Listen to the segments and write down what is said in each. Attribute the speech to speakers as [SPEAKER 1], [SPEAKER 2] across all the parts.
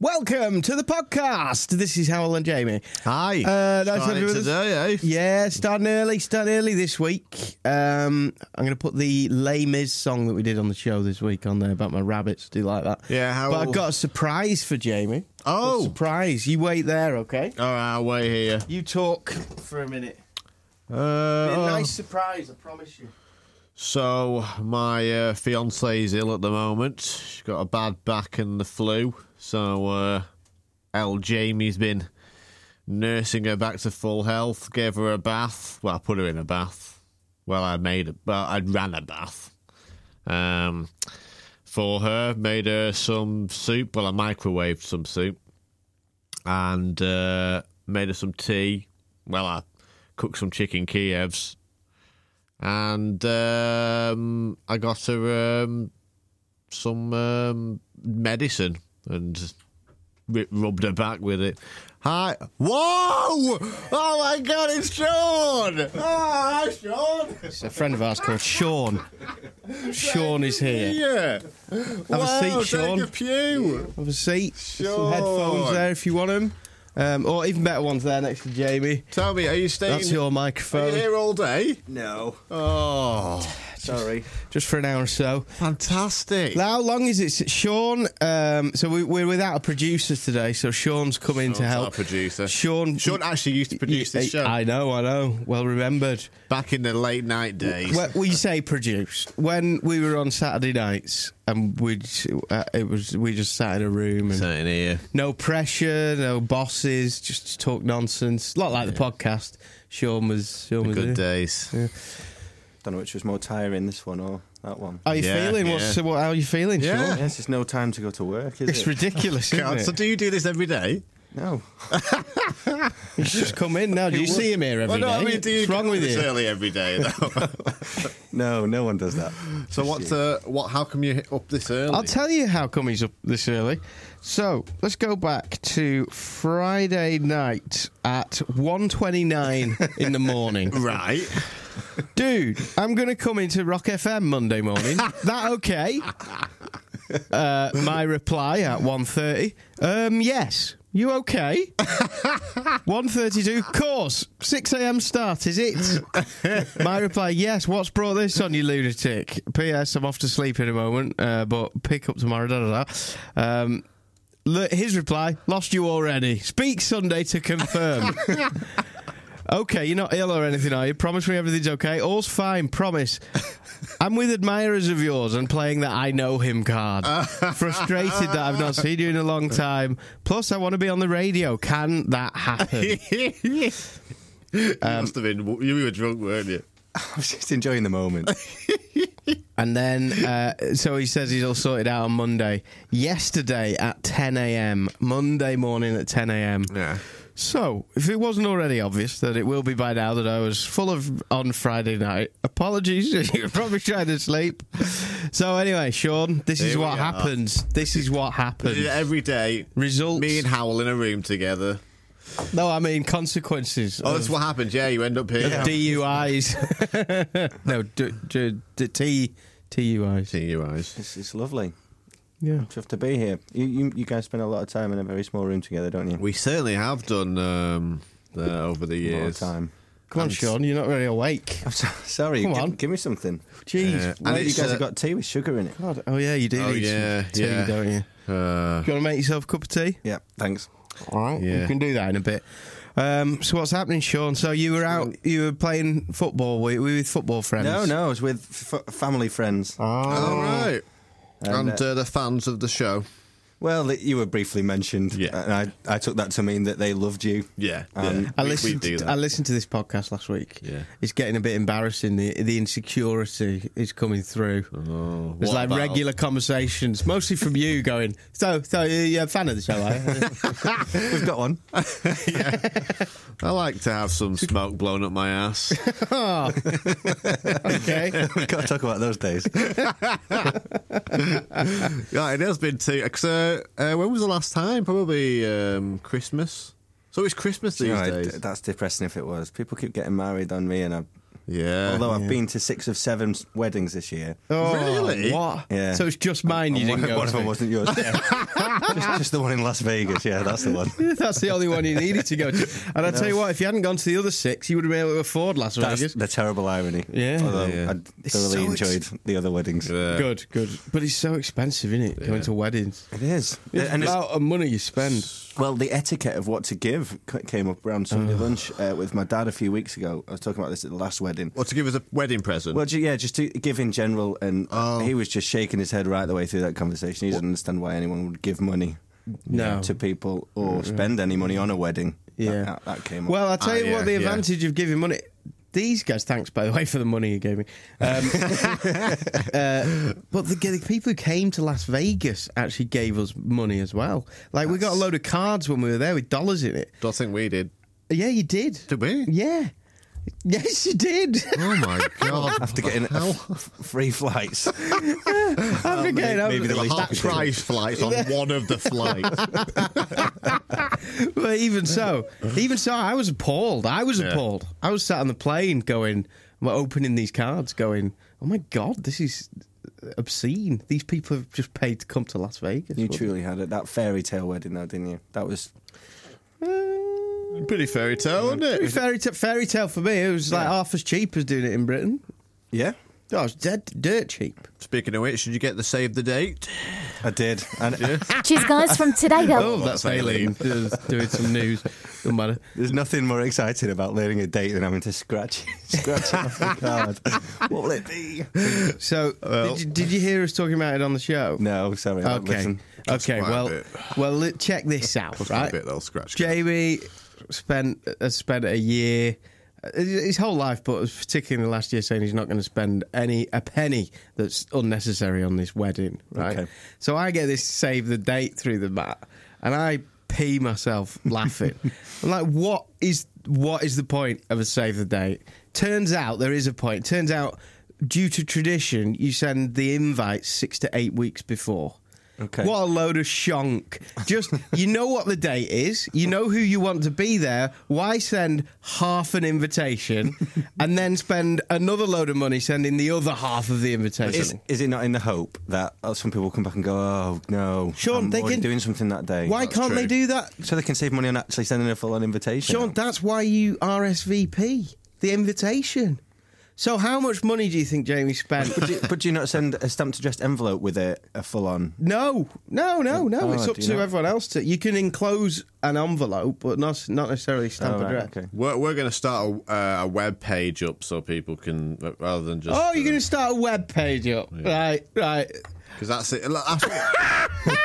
[SPEAKER 1] Welcome to the podcast. This is Howell and Jamie.
[SPEAKER 2] Hi.
[SPEAKER 1] Uh, nice to have
[SPEAKER 2] Starting
[SPEAKER 1] you with us.
[SPEAKER 2] today, eh?
[SPEAKER 1] Yeah, starting early, starting early this week. Um, I'm going to put the Les Mis song that we did on the show this week on there about my rabbits. Do you like that?
[SPEAKER 2] Yeah, how-
[SPEAKER 1] But I've got a surprise for Jamie.
[SPEAKER 2] Oh.
[SPEAKER 1] A surprise! You wait there, okay?
[SPEAKER 2] All right, I'll wait here.
[SPEAKER 1] You talk for a minute.
[SPEAKER 2] Uh,
[SPEAKER 1] Be a nice surprise, I promise you.
[SPEAKER 2] So, my uh, fiance is ill at the moment. She's got a bad back and the flu. So, uh, L. Jamie's been nursing her back to full health, gave her a bath. Well, I put her in a bath. Well, I made a, well, I ran a bath. Um, for her, made her some soup. Well, I microwaved some soup and uh, made her some tea. Well, I cooked some chicken Kievs and um, I got her um, some um, medicine and ri rubbed her back with it. Hi! Whoa! Oh my God! It's Sean! Ah, hi, Sean!
[SPEAKER 1] It's a friend of ours called Sean. Sean is here.
[SPEAKER 2] Yeah.
[SPEAKER 1] Have a
[SPEAKER 2] wow,
[SPEAKER 1] seat, Sean.
[SPEAKER 2] Take a pew.
[SPEAKER 1] Have a seat. Some
[SPEAKER 2] Sean.
[SPEAKER 1] headphones there if you want them, um, or even better ones there next to Jamie.
[SPEAKER 2] Tell me, are you staying?
[SPEAKER 1] That's your
[SPEAKER 2] Are
[SPEAKER 1] microphone.
[SPEAKER 2] you here all day?
[SPEAKER 3] No,
[SPEAKER 2] Oh,
[SPEAKER 3] sorry.
[SPEAKER 1] Just for an hour or so.
[SPEAKER 2] fantastic!
[SPEAKER 1] How long is it? Sean, um, so we, we're without a producer today, so Sean's come in to
[SPEAKER 2] Sean's
[SPEAKER 1] help.
[SPEAKER 2] our producer.
[SPEAKER 1] Sean.
[SPEAKER 2] Sean actually used to produce this show
[SPEAKER 1] I know, I know. Well remembered.
[SPEAKER 2] back in the late night days.
[SPEAKER 1] Well, we say produced. When we were on Saturday nights, and we uh, it was we just sat in a room and
[SPEAKER 2] Sitting here.
[SPEAKER 1] no pressure, no bosses, just talk nonsense. Not like the podcast. Sean was Sean was
[SPEAKER 2] Good
[SPEAKER 1] here.
[SPEAKER 2] days.
[SPEAKER 3] Don't know which was more tiring, this one or that one.
[SPEAKER 1] How you
[SPEAKER 2] Yeah,
[SPEAKER 1] feeling? What's
[SPEAKER 2] yeah.
[SPEAKER 1] what? How you feeling,
[SPEAKER 2] Yeah.
[SPEAKER 1] Sean?
[SPEAKER 3] Yes, there's no time to go to work, is
[SPEAKER 1] It's
[SPEAKER 3] it?
[SPEAKER 1] ridiculous, isn't
[SPEAKER 2] God,
[SPEAKER 1] it?
[SPEAKER 2] so do you do this every day?
[SPEAKER 3] no.
[SPEAKER 1] You should just come in now. Do you see him here every day?
[SPEAKER 2] Well, no, I mean, do you
[SPEAKER 1] What's wrong
[SPEAKER 2] go
[SPEAKER 1] with
[SPEAKER 2] this
[SPEAKER 1] you?
[SPEAKER 2] Early every day. Though?
[SPEAKER 3] No, no one does that.
[SPEAKER 2] so what's uh, what? How come you hit up this early?
[SPEAKER 1] I'll tell you how come he's up this early. So let's go back to Friday night at 1.29 in the morning.
[SPEAKER 2] right.
[SPEAKER 1] Dude, I'm going to come into Rock FM Monday morning. that okay? Uh, my reply at 1.30. Um, yes. You okay? 1.32. Course. 6 a.m. start, is it? my reply, yes. What's brought this on, you lunatic? P.S. I'm off to sleep in a moment, uh, but pick up tomorrow. Da, da, da. Um, look, his reply, lost you already. Speak Sunday to confirm. Okay, you're not ill or anything, are you? Promise me everything's okay. All's fine, promise. I'm with admirers of yours and playing that I know him card. Frustrated that I've not seen you in a long time. Plus, I want to be on the radio. Can that happen?
[SPEAKER 2] you must have been. You were drunk, weren't you?
[SPEAKER 3] I was just enjoying the moment.
[SPEAKER 1] and then, uh, so he says he's all sorted out on Monday. Yesterday at 10 a.m., Monday morning at 10 a.m.
[SPEAKER 2] Yeah.
[SPEAKER 1] So, if it wasn't already obvious that it will be by now that I was full of on Friday night, apologies. You're probably trying to sleep. So, anyway, Sean, this is
[SPEAKER 2] Here we
[SPEAKER 1] what
[SPEAKER 2] are.
[SPEAKER 1] happens. This is what happens.
[SPEAKER 2] Every day.
[SPEAKER 1] Results.
[SPEAKER 2] Me and Howell in a room together.
[SPEAKER 1] no, I mean consequences.
[SPEAKER 2] Oh,
[SPEAKER 1] of-
[SPEAKER 2] that's what happens. Oh, Yeah, you end up here.
[SPEAKER 1] of DUIs. no, d- d- d- T TUIs.
[SPEAKER 2] Seeing your eyes.
[SPEAKER 3] It's, it's lovely.
[SPEAKER 1] Yeah.
[SPEAKER 3] To have to be here. You, you, you guys spend a lot of time in a very small room together, don't you?
[SPEAKER 2] We certainly have done um, uh, over the
[SPEAKER 3] a lot of
[SPEAKER 2] years.
[SPEAKER 3] time.
[SPEAKER 1] Come on, Sean, you're not very awake.
[SPEAKER 3] I'm so, sorry.
[SPEAKER 1] Come
[SPEAKER 3] give,
[SPEAKER 1] on.
[SPEAKER 3] give me something.
[SPEAKER 2] Yeah.
[SPEAKER 1] Jeez.
[SPEAKER 2] And
[SPEAKER 3] Well, you
[SPEAKER 2] it's,
[SPEAKER 3] guys
[SPEAKER 2] uh,
[SPEAKER 3] have got tea with sugar in it.
[SPEAKER 1] God. Oh yeah, you do.
[SPEAKER 2] Oh,
[SPEAKER 1] need some
[SPEAKER 2] yeah,
[SPEAKER 1] tea,
[SPEAKER 2] yeah.
[SPEAKER 1] don't you?
[SPEAKER 2] Uh,
[SPEAKER 1] Do you want to make yourself a cup of tea?
[SPEAKER 3] Yeah, thanks.
[SPEAKER 1] All right, we
[SPEAKER 2] Yeah.
[SPEAKER 1] can do that in a bit. Um, so what's happening, Sean? So you were out, you were playing football. Were you were you with football friends? Oh.
[SPEAKER 3] No, no, it's Ah. with f- family friends.
[SPEAKER 2] all Oh, right. And,
[SPEAKER 3] And,
[SPEAKER 2] uh, the fans of the show.
[SPEAKER 3] Well, th- you were briefly mentioned,
[SPEAKER 2] Yeah.
[SPEAKER 3] and I, I took that to mean that they loved you.
[SPEAKER 2] Yeah.
[SPEAKER 3] Um,
[SPEAKER 2] yeah.
[SPEAKER 1] I
[SPEAKER 2] We- we
[SPEAKER 1] listened.
[SPEAKER 2] do that.
[SPEAKER 1] I listened to this podcast last week.
[SPEAKER 2] Yeah.
[SPEAKER 1] it's getting a bit embarrassing. The the insecurity is coming through.
[SPEAKER 2] Oh,
[SPEAKER 1] There's
[SPEAKER 2] what
[SPEAKER 1] like
[SPEAKER 2] about-
[SPEAKER 1] regular conversations, mostly from you going. So, so you're a fan of the show, are you?"
[SPEAKER 3] We've got one.
[SPEAKER 2] I like to have some smoke blown up my ass.
[SPEAKER 1] oh. okay.
[SPEAKER 3] We've got to talk about those days.
[SPEAKER 2] Yeah, it has been two. Cause, uh, uh, when was the last time? Probably um, Christmas. So it's Christmas these
[SPEAKER 3] No, I-
[SPEAKER 2] days.
[SPEAKER 3] that's depressing if it was. People keep getting married on me, and I,
[SPEAKER 2] Yeah.
[SPEAKER 3] Although I've been to six of seven s- weddings this year.
[SPEAKER 1] Oh,
[SPEAKER 2] Really?
[SPEAKER 1] What?
[SPEAKER 3] Yeah.
[SPEAKER 1] So it's just mine you
[SPEAKER 3] And one,
[SPEAKER 1] didn't go
[SPEAKER 3] one of
[SPEAKER 1] to.
[SPEAKER 3] them wasn't yours. Yeah. just, just the one in Las Vegas. Yeah, that's the one.
[SPEAKER 1] That's the only one you needed to go to. And I tell you what, if you hadn't gone to the other six, you would have been able to afford Las
[SPEAKER 3] That's
[SPEAKER 1] Vegas.
[SPEAKER 3] the terrible irony.
[SPEAKER 1] Yeah.
[SPEAKER 3] Although
[SPEAKER 2] Yeah.
[SPEAKER 3] I
[SPEAKER 1] It's
[SPEAKER 3] thoroughly
[SPEAKER 1] so
[SPEAKER 3] enjoyed the other weddings.
[SPEAKER 2] Yeah.
[SPEAKER 1] Good, good. But it's so expensive, isn't it? Going to weddings.
[SPEAKER 3] It is.
[SPEAKER 1] It's
[SPEAKER 3] and
[SPEAKER 1] and
[SPEAKER 3] it's,
[SPEAKER 1] amount of money you spend.
[SPEAKER 3] well, the etiquette of what to give c- came up around Sunday lunch uh, with my dad a few weeks ago. I was talking about this at the last wedding.
[SPEAKER 2] Well, to give us a wedding present.
[SPEAKER 3] Well, ju- yeah, just to give in general, and
[SPEAKER 2] Oh.
[SPEAKER 3] he was just shaking his head right the way through that conversation. He doesn't understand why anyone would give money
[SPEAKER 1] No.
[SPEAKER 3] to people or spend any money on a wedding. That-
[SPEAKER 1] Yeah.
[SPEAKER 3] that, that came up.
[SPEAKER 1] Well, I'll tell
[SPEAKER 2] Ah,
[SPEAKER 1] you
[SPEAKER 2] yeah,
[SPEAKER 1] what, the
[SPEAKER 2] yeah.
[SPEAKER 1] advantage of giving money. These guys, thanks by the way for the money you gave me. Um, uh, but the, the people who came to Las Vegas actually gave us money as well. Like we got a load of cards when we were there with dollars in it.
[SPEAKER 2] Don't think we did.
[SPEAKER 1] Yeah, you did.
[SPEAKER 2] Did we?
[SPEAKER 1] Yeah, yes, you did.
[SPEAKER 2] Oh my god!
[SPEAKER 3] after getting a f- free flights,
[SPEAKER 1] I'm forgetting.
[SPEAKER 3] maybe- maybe
[SPEAKER 1] I'm-
[SPEAKER 3] the least
[SPEAKER 2] half price flights on one of the flights.
[SPEAKER 1] But even so, even so, I was appalled. I was
[SPEAKER 2] Yeah.
[SPEAKER 1] appalled. I was sat on the plane going, well, opening these cards, going, oh my God, this is obscene. These people have just paid to come to Las Vegas.
[SPEAKER 3] you
[SPEAKER 1] Well,
[SPEAKER 3] truly had it. That fairy tale wedding, though, didn't you? That was
[SPEAKER 2] Pretty fairy tale, isn't
[SPEAKER 1] it was
[SPEAKER 2] it?
[SPEAKER 1] Fairy, ta- fairy tale for me, it was like half as cheap as doing it in Britain.
[SPEAKER 3] yeah.
[SPEAKER 1] Oh, it was dead, dirt cheap.
[SPEAKER 2] Speaking of which, did you get the save the date?
[SPEAKER 3] I did. And
[SPEAKER 4] Cheers, guys, from today.
[SPEAKER 1] Oh,
[SPEAKER 4] though.
[SPEAKER 1] that's Aileen doing some news. Doesn't matter.
[SPEAKER 3] There's nothing more exciting about learning a date than having to scratch, scratch it off the card. What will it be?
[SPEAKER 1] So, did, you, did you hear us talking about it on the show?
[SPEAKER 3] No, sorry. I won't
[SPEAKER 1] Okay.
[SPEAKER 3] Listen.
[SPEAKER 1] Okay.
[SPEAKER 2] quite a
[SPEAKER 1] Well,
[SPEAKER 2] bit.
[SPEAKER 1] well, li- check this out, right?
[SPEAKER 2] they'll scratch.
[SPEAKER 1] Jamie spent has spent a year, his whole life, but particularly in the last year, saying he's not going to spend any a penny that's unnecessary on this wedding. Right.
[SPEAKER 3] Okay.
[SPEAKER 1] So I get this save the date through the mat, and I pee myself laughing. I'm like, what is what is the point of a save the date? Turns out there is a point. Turns out, due to tradition, you send the invites six to eight weeks before.
[SPEAKER 3] Okay.
[SPEAKER 1] What a load of shonk. Just, you know what the date is, you know who you want to be there. Why send half an invitation and then spend another load of money sending the other half of the invitation?
[SPEAKER 3] Is, is it not in the hope that uh, some people come back and go, oh, no,
[SPEAKER 1] Sean,
[SPEAKER 3] I'm
[SPEAKER 1] they
[SPEAKER 3] already
[SPEAKER 1] can-
[SPEAKER 3] doing something that day?
[SPEAKER 1] Why
[SPEAKER 2] That's
[SPEAKER 1] can't they do
[SPEAKER 2] true.
[SPEAKER 1] that?
[SPEAKER 3] So they can save money on actually sending a full-on invitation.
[SPEAKER 1] Sean, that's why you RSVP the invitation. So, how much money do you think Jamie spent?
[SPEAKER 3] But do, but do you not send a stamped addressed envelope with a, a full-on?
[SPEAKER 1] No, no, no, no.
[SPEAKER 3] Oh,
[SPEAKER 1] it's up
[SPEAKER 3] do you
[SPEAKER 1] to
[SPEAKER 3] not?
[SPEAKER 1] everyone else to. You can enclose an envelope, but not not necessarily stamp
[SPEAKER 3] Oh, right,
[SPEAKER 1] address.
[SPEAKER 3] okay.
[SPEAKER 2] We're, we're going to start a, uh, a web page up so people can, uh, rather than just.
[SPEAKER 1] Oh, you're going to start a web page up, right? Right.
[SPEAKER 2] Because that's it. Look, that's-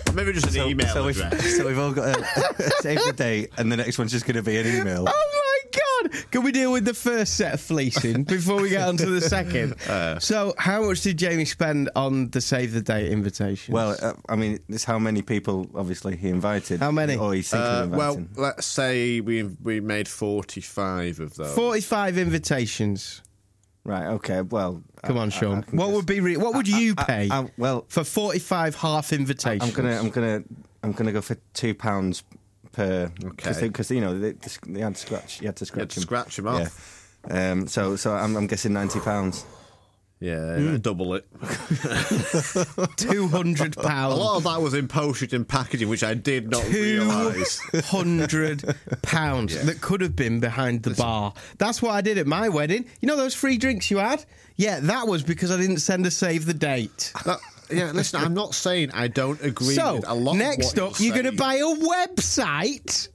[SPEAKER 2] Maybe just an email
[SPEAKER 3] so, we've,
[SPEAKER 2] address.
[SPEAKER 3] so we've all got a, save the date, and the next one's just going to be an email.
[SPEAKER 1] Oh my god! Can we deal with the first set of fleecing before we get on to the second?
[SPEAKER 3] Uh,
[SPEAKER 1] so, how much did Jamie spend on the save the date invitation?
[SPEAKER 3] Well, uh, I mean, it's how many people obviously he invited.
[SPEAKER 1] How many?
[SPEAKER 3] Or he's thinking
[SPEAKER 2] Uh,
[SPEAKER 3] of
[SPEAKER 2] well,
[SPEAKER 3] inviting.
[SPEAKER 2] let's say we we made forty five of those.
[SPEAKER 1] forty-five invitations.
[SPEAKER 3] right. Okay. Well,
[SPEAKER 1] Come
[SPEAKER 3] I- I-
[SPEAKER 1] on,
[SPEAKER 3] I
[SPEAKER 1] Sean.
[SPEAKER 3] can
[SPEAKER 1] What
[SPEAKER 3] guess.
[SPEAKER 1] would be re- what would you pay
[SPEAKER 3] I- well,
[SPEAKER 1] for forty-five half invitations?
[SPEAKER 3] I'm gonna, I'm gonna, I'm gonna go for two pounds per. Because
[SPEAKER 2] Okay.
[SPEAKER 3] you know they, they had to scratch. You had to
[SPEAKER 2] You had
[SPEAKER 3] scratch
[SPEAKER 2] to
[SPEAKER 3] them.
[SPEAKER 2] scratch them off.
[SPEAKER 3] Yeah. Um. So, so I'm, I'm guessing ninety pounds.
[SPEAKER 2] Yeah,
[SPEAKER 1] Mm.
[SPEAKER 2] double it.
[SPEAKER 1] two hundred
[SPEAKER 2] A
[SPEAKER 1] pounds.
[SPEAKER 2] lot of that was in postage and packaging, which I did not realise.
[SPEAKER 1] hundred pounds that could have been behind the bar. That's what I did at my wedding. You know those free drinks you had? Yeah, that was because I didn't send a save the date.
[SPEAKER 2] That- yeah, listen, I'm not saying I don't agree
[SPEAKER 1] So
[SPEAKER 2] with a lot
[SPEAKER 1] next
[SPEAKER 2] of what
[SPEAKER 1] up, you're going to buy a website.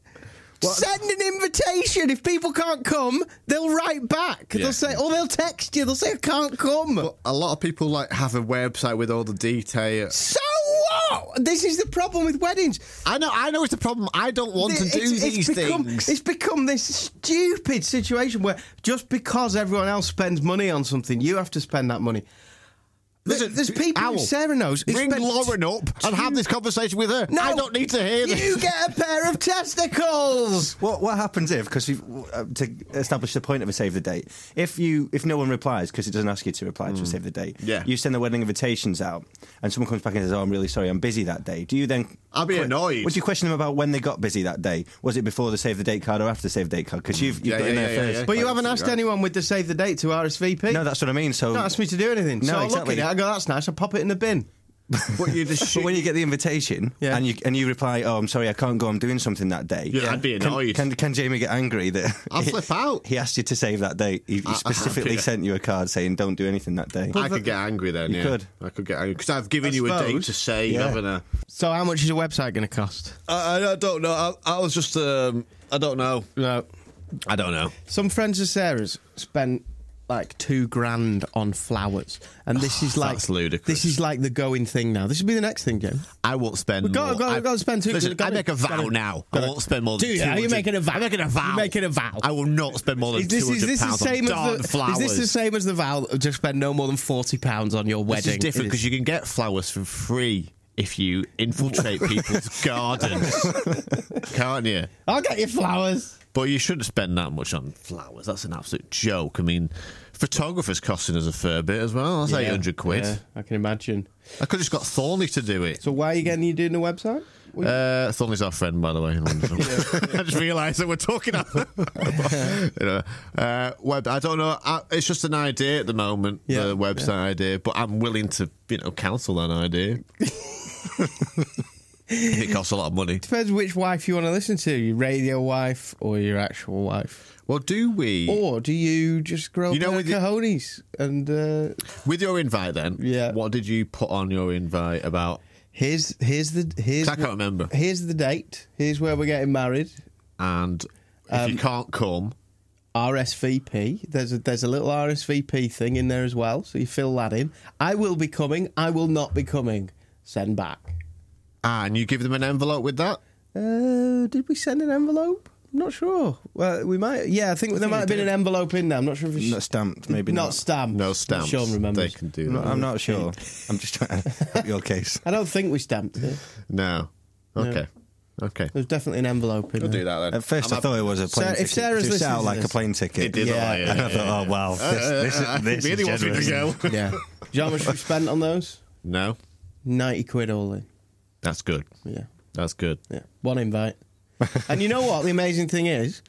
[SPEAKER 1] Send an invitation. If people can't come, they'll write back.
[SPEAKER 2] Yeah.
[SPEAKER 1] They'll say, or they'll text you. They'll say, I can't come.
[SPEAKER 2] A lot of people like have a website with all the detail.
[SPEAKER 1] so what? This is the problem with weddings.
[SPEAKER 2] I know, I know it's the problem. I don't want to
[SPEAKER 1] It's-
[SPEAKER 2] do
[SPEAKER 1] it's
[SPEAKER 2] these
[SPEAKER 1] become,
[SPEAKER 2] things.
[SPEAKER 1] It's become this stupid situation where just because everyone else spends money on something, you have to spend that money.
[SPEAKER 2] Listen,
[SPEAKER 1] There's people
[SPEAKER 2] Owl,
[SPEAKER 1] who Sarah knows. who
[SPEAKER 2] Ring
[SPEAKER 1] spent-
[SPEAKER 2] Lauren up and have this conversation with her.
[SPEAKER 1] No,
[SPEAKER 2] I don't need to hear this.
[SPEAKER 1] You get a pair of testicles.
[SPEAKER 3] What what happens if because uh, to establish the point of a save the date, if you if no one replies because it doesn't ask you to reply to a save the date,
[SPEAKER 2] Yeah.
[SPEAKER 3] you send the wedding invitations out, and someone comes back and says, "Oh, I'm really sorry, I'm busy that day." Do you then?
[SPEAKER 2] I'd be annoyed.
[SPEAKER 3] Would you question them about when they got busy that day? Was it before the save the date card or after the save the date card? Because you've, you've
[SPEAKER 2] Yeah,
[SPEAKER 3] got in
[SPEAKER 2] yeah,
[SPEAKER 3] there
[SPEAKER 2] yeah, yeah,
[SPEAKER 3] first.
[SPEAKER 2] yeah.
[SPEAKER 1] But you
[SPEAKER 2] Like,
[SPEAKER 1] haven't asked
[SPEAKER 2] right.
[SPEAKER 1] anyone with the save the date to RSVP.
[SPEAKER 3] No, that's what I mean. So
[SPEAKER 1] not asked me to do anything.
[SPEAKER 3] No,
[SPEAKER 1] so I look
[SPEAKER 3] exactly.
[SPEAKER 1] at it, I go, that's nice. I pop it in the bin.
[SPEAKER 2] But you just
[SPEAKER 3] But when you get the invitation
[SPEAKER 1] Yeah.
[SPEAKER 3] and you and you reply, "Oh, I'm sorry, I can't go. I'm doing something that day."
[SPEAKER 2] Yeah, I'd be
[SPEAKER 3] Can-
[SPEAKER 2] annoyed.
[SPEAKER 3] Can, can, Jamie get angry that
[SPEAKER 2] I'll flip out.
[SPEAKER 3] He asked you to save that date. He, he specifically sent you a card saying, "Don't do anything that day."
[SPEAKER 2] I could get angry then.
[SPEAKER 3] You
[SPEAKER 2] yeah.
[SPEAKER 3] could.
[SPEAKER 2] I could get angry because I've given
[SPEAKER 1] I
[SPEAKER 2] you a date
[SPEAKER 1] suppose.
[SPEAKER 2] to save,
[SPEAKER 3] Yeah.
[SPEAKER 2] haven't I?
[SPEAKER 1] So how much is a website going to cost?
[SPEAKER 2] I, I- I don't know. I, I was just. Um, I don't know.
[SPEAKER 1] No.
[SPEAKER 2] I don't know.
[SPEAKER 1] Some friends of Sarah's spent like two grand on flowers, and this is like
[SPEAKER 2] That's ludicrous.
[SPEAKER 1] This is like the going thing now. This will be the next thing, Joe.
[SPEAKER 2] I won't spend.
[SPEAKER 1] We've got-
[SPEAKER 2] more.
[SPEAKER 1] got-
[SPEAKER 2] I,
[SPEAKER 1] got to spend two-
[SPEAKER 2] Listen,
[SPEAKER 1] got
[SPEAKER 2] I
[SPEAKER 1] to-
[SPEAKER 2] make a
[SPEAKER 1] got
[SPEAKER 2] vow
[SPEAKER 1] to-
[SPEAKER 2] now.
[SPEAKER 1] got
[SPEAKER 2] I
[SPEAKER 1] to-
[SPEAKER 2] won't spend more
[SPEAKER 1] Do
[SPEAKER 2] than.
[SPEAKER 1] you? Are you
[SPEAKER 2] 200
[SPEAKER 1] making a vow?
[SPEAKER 2] I'm making a vow.
[SPEAKER 1] You're making a vow.
[SPEAKER 2] I will not spend more than
[SPEAKER 1] Is this,
[SPEAKER 2] two
[SPEAKER 1] is
[SPEAKER 2] hundred
[SPEAKER 1] this the
[SPEAKER 2] pounds
[SPEAKER 1] same
[SPEAKER 2] on darn
[SPEAKER 1] as the, is
[SPEAKER 2] flowers.
[SPEAKER 1] this the same as the vow of just spend no more than forty pounds on your
[SPEAKER 2] This
[SPEAKER 1] wedding?
[SPEAKER 2] is different because you can get flowers for free if you infiltrate people's gardens, can't you?
[SPEAKER 1] I'll get you flowers.
[SPEAKER 2] But you shouldn't spend that much on flowers. That's an absolute joke. I mean, photographers costing us a fair bit as well. That's eight hundred quid.
[SPEAKER 1] Yeah, I can imagine.
[SPEAKER 2] I could have just got Thorny to do it.
[SPEAKER 1] So why are you getting you doing the website? What-
[SPEAKER 2] Uh, Thorny's our friend, by the way. in London. I just realised that we're talking. about- you know, uh, web. I don't know. I, it's just an idea at the moment.
[SPEAKER 1] Yeah,
[SPEAKER 2] the website idea, but I'm willing to you know counsel that idea. if it costs a lot of money.
[SPEAKER 1] Depends which wife you want to listen to, your radio wife or your actual wife.
[SPEAKER 2] Well, do we?
[SPEAKER 1] Or do you just grow
[SPEAKER 2] You
[SPEAKER 1] up
[SPEAKER 2] know,
[SPEAKER 1] with
[SPEAKER 2] with the-
[SPEAKER 1] cojones and uh,
[SPEAKER 2] With your invite, then.
[SPEAKER 1] Yeah.
[SPEAKER 2] What did you put on your invite about?
[SPEAKER 1] here's here's the here's
[SPEAKER 2] 'Cause I can't remember.
[SPEAKER 1] Here's the date. Here's where we're getting married.
[SPEAKER 2] And if
[SPEAKER 3] Um,
[SPEAKER 2] you can't come,
[SPEAKER 1] RSVP. There's a there's a little RSVP thing in there as well, so you fill that in. I will be coming. I will not be coming. Send back.
[SPEAKER 2] ah, and you give them an envelope with that.
[SPEAKER 1] Uh, did we send an envelope? I'm not sure. Well, we might. Yeah, I think there might have been an envelope in there. I'm not sure if it's
[SPEAKER 3] Not stamped, maybe
[SPEAKER 1] not
[SPEAKER 3] not.
[SPEAKER 1] stamped.
[SPEAKER 2] No stamps.
[SPEAKER 1] Sean
[SPEAKER 2] They
[SPEAKER 1] remembers.
[SPEAKER 2] can do
[SPEAKER 3] I'm
[SPEAKER 2] that.
[SPEAKER 3] not- I'm not sure. I'm just trying to help your case.
[SPEAKER 1] I don't think we stamped it.
[SPEAKER 2] No. Okay. Okay.
[SPEAKER 1] There's definitely an envelope in
[SPEAKER 2] We'll
[SPEAKER 1] there.
[SPEAKER 2] do that then.
[SPEAKER 3] At first,
[SPEAKER 2] I'm
[SPEAKER 3] i thought it was a plane
[SPEAKER 1] Sarah- if
[SPEAKER 3] ticket.
[SPEAKER 1] Sarah's
[SPEAKER 3] it sounded
[SPEAKER 1] listening to
[SPEAKER 3] like a
[SPEAKER 1] this-
[SPEAKER 3] plane ticket.
[SPEAKER 2] It did look like it,
[SPEAKER 3] And I
[SPEAKER 2] yeah,
[SPEAKER 3] thought, oh wow, this,
[SPEAKER 2] Uh,
[SPEAKER 3] this, this
[SPEAKER 2] really
[SPEAKER 3] is
[SPEAKER 2] want me to
[SPEAKER 3] generous.
[SPEAKER 2] go.
[SPEAKER 1] Yeah. Do you know how much we spent on those?
[SPEAKER 2] No,
[SPEAKER 1] Ninety quid all in.
[SPEAKER 2] that's good.
[SPEAKER 1] Yeah.
[SPEAKER 2] That's good.
[SPEAKER 1] Yeah. One invite. and you know what? The amazing thing is,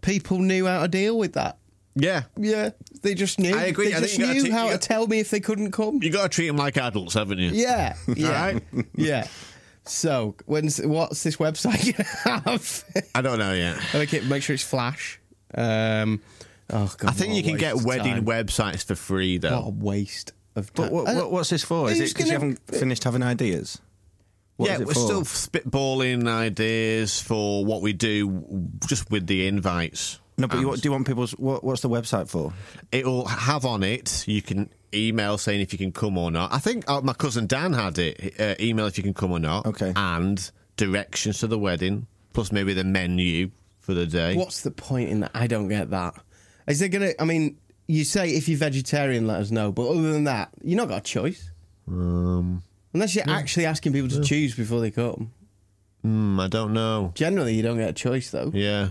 [SPEAKER 1] people knew how to deal with that.
[SPEAKER 2] Yeah,
[SPEAKER 1] Yeah. They just knew.
[SPEAKER 2] I agree.
[SPEAKER 1] They
[SPEAKER 2] I think
[SPEAKER 1] just
[SPEAKER 2] you gotta
[SPEAKER 1] knew
[SPEAKER 2] t-
[SPEAKER 1] how
[SPEAKER 2] you
[SPEAKER 1] to
[SPEAKER 2] got-
[SPEAKER 1] tell me if they couldn't come.
[SPEAKER 2] you got to treat them like adults, haven't you?
[SPEAKER 1] Yeah. Yeah.
[SPEAKER 2] All right.
[SPEAKER 1] Yeah. So when's what's this website gonna have?
[SPEAKER 2] I don't know yet.
[SPEAKER 1] I make it make sure it's flash. Um Oh god.
[SPEAKER 2] I think
[SPEAKER 1] what
[SPEAKER 2] you
[SPEAKER 1] a
[SPEAKER 2] can
[SPEAKER 1] waste
[SPEAKER 2] get
[SPEAKER 1] of
[SPEAKER 2] wedding
[SPEAKER 1] time.
[SPEAKER 2] websites for free
[SPEAKER 1] What a
[SPEAKER 2] though.
[SPEAKER 1] waste of time.
[SPEAKER 3] But what,
[SPEAKER 1] I don't-
[SPEAKER 3] what, what's this for? Is it
[SPEAKER 1] Who's
[SPEAKER 3] because you
[SPEAKER 1] gonna-
[SPEAKER 3] haven't finished having ideas? What
[SPEAKER 2] yeah,
[SPEAKER 3] is it
[SPEAKER 2] we're
[SPEAKER 3] for?
[SPEAKER 2] still spitballing ideas for what we do just with the invites.
[SPEAKER 3] No, but you, what, do you want people's? What, what's the website for?
[SPEAKER 2] It'll have on it. You can email saying if you can come or not. I think uh, my cousin Dan had it. Uh, email if you can come or not.
[SPEAKER 3] Okay.
[SPEAKER 2] And directions to the wedding, plus maybe the menu for the day.
[SPEAKER 1] What's the point in that? I don't get that. Is there gonna? I mean, you say if you're vegetarian, let us know. But other than that, you're not got a choice.
[SPEAKER 2] Um,
[SPEAKER 1] Unless you're actually asking people to choose before they come.
[SPEAKER 2] Mm, I don't know.
[SPEAKER 1] Generally, you don't get a choice though.
[SPEAKER 2] Yeah,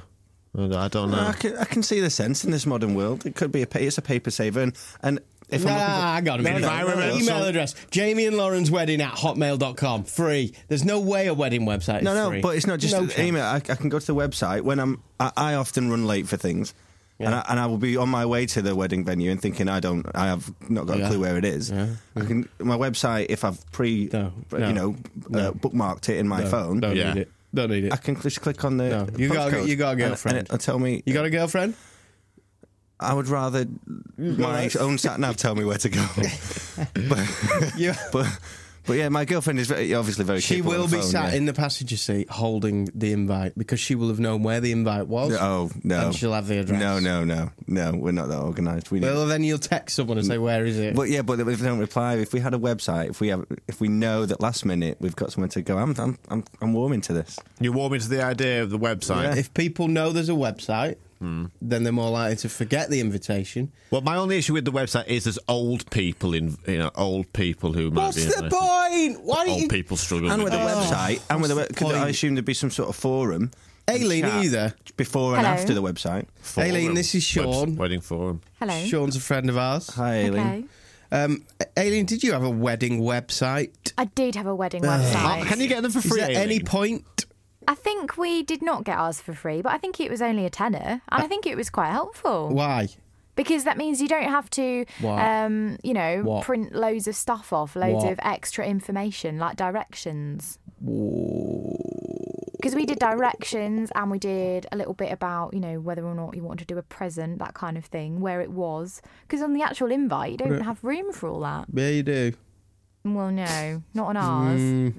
[SPEAKER 2] I I don't
[SPEAKER 3] I,
[SPEAKER 2] know.
[SPEAKER 1] Ah.
[SPEAKER 3] can, I can see the sense in this modern world. It could be a pa- it's a paper saver, and, and if
[SPEAKER 1] Nah, I
[SPEAKER 3] I'm
[SPEAKER 1] got
[SPEAKER 3] looking
[SPEAKER 1] it.
[SPEAKER 3] for,
[SPEAKER 2] Environmental-
[SPEAKER 1] Email address Jamie and Lauren's wedding at hotmail.com. Free. There's no way a wedding website is
[SPEAKER 3] No, no,
[SPEAKER 1] free.
[SPEAKER 3] but it's not just
[SPEAKER 1] No
[SPEAKER 3] an
[SPEAKER 1] chance.
[SPEAKER 3] email. I, I can go to the website when I'm. I, I often run late for things, and, I, and I will be on my way to the wedding venue and thinking I don't. I have not got
[SPEAKER 1] Yeah.
[SPEAKER 3] a clue where it is. I can my website if I've pre,
[SPEAKER 1] No,
[SPEAKER 3] you
[SPEAKER 1] no,
[SPEAKER 3] know, uh, bookmarked it in my phone.
[SPEAKER 1] Don't
[SPEAKER 2] Yeah.
[SPEAKER 1] need it. Don't need it.
[SPEAKER 3] I can just click on the.
[SPEAKER 1] No, you got a-
[SPEAKER 3] postcode
[SPEAKER 1] you got a
[SPEAKER 3] and- and
[SPEAKER 1] girlfriend.
[SPEAKER 3] it'll tell me
[SPEAKER 1] You got a girlfriend?
[SPEAKER 3] I would rather
[SPEAKER 1] Mm,
[SPEAKER 3] my own sat nav tell me where to go. but,
[SPEAKER 1] Yeah.
[SPEAKER 3] but but yeah, my girlfriend is very, obviously very.
[SPEAKER 1] She
[SPEAKER 3] capable on
[SPEAKER 1] will
[SPEAKER 3] the
[SPEAKER 1] be
[SPEAKER 3] phone,
[SPEAKER 1] sat
[SPEAKER 3] yeah.
[SPEAKER 1] in the passenger seat holding the invite because she will have known where the invite was.
[SPEAKER 3] Oh no!
[SPEAKER 1] And she'll have the address.
[SPEAKER 3] No, no, no, no. We're not that organised. We. Need,
[SPEAKER 1] Well, then you'll text someone and say, "Where is it?"
[SPEAKER 3] but yeah, but if they don't reply, if we had a website, if we have, if we know that last minute we've got somewhere to go, I'm, I'm, I'm, I'm warming to this.
[SPEAKER 2] You're warming to the idea of the website.
[SPEAKER 1] if people know there's a website, then they're more likely to forget the invitation.
[SPEAKER 2] Well, my only issue with the website is there's old people in, you know, old people who might
[SPEAKER 1] What's
[SPEAKER 2] be.
[SPEAKER 1] the
[SPEAKER 2] interested.
[SPEAKER 1] point? Why don't
[SPEAKER 2] Old
[SPEAKER 1] you?
[SPEAKER 2] people struggle
[SPEAKER 3] And with
[SPEAKER 2] with
[SPEAKER 3] a
[SPEAKER 2] these.
[SPEAKER 3] website, and with a
[SPEAKER 1] Oh. what's
[SPEAKER 3] web,
[SPEAKER 1] the
[SPEAKER 3] could I
[SPEAKER 1] point?
[SPEAKER 3] assume there''d be some sort of forum
[SPEAKER 1] Aileen, are you there?
[SPEAKER 3] before and
[SPEAKER 4] Hello.
[SPEAKER 3] after the website?
[SPEAKER 2] Forum.
[SPEAKER 1] Aileen, this is Sean.
[SPEAKER 2] Webs- wedding forum.
[SPEAKER 4] Hello.
[SPEAKER 1] Sean's a friend of ours.
[SPEAKER 3] Hi, Aileen.
[SPEAKER 4] Okay.
[SPEAKER 1] Um, Aileen, did you have a wedding website?
[SPEAKER 4] I did have a wedding
[SPEAKER 1] Uh,
[SPEAKER 2] Oh,
[SPEAKER 4] website.
[SPEAKER 2] can you get them for
[SPEAKER 1] Is
[SPEAKER 2] free?
[SPEAKER 1] there any
[SPEAKER 2] Aileen?
[SPEAKER 1] point?
[SPEAKER 4] I think we did not get ours for free, but I think it was only a tenner, and
[SPEAKER 1] Uh,
[SPEAKER 4] I think it was quite helpful
[SPEAKER 1] Why?
[SPEAKER 4] because that means you don't have to,
[SPEAKER 1] What?
[SPEAKER 4] um, you know,
[SPEAKER 1] What?
[SPEAKER 4] print loads of stuff off, loads
[SPEAKER 1] What?
[SPEAKER 4] of extra information like directions. Because we did directions and we did a little bit about, you know, whether or not you wanted to do a present, that kind of thing, where it was. Because on the actual invite, you don't have room for all that.
[SPEAKER 1] Yeah, you do.
[SPEAKER 4] Well, no, not on ours.
[SPEAKER 1] Mm.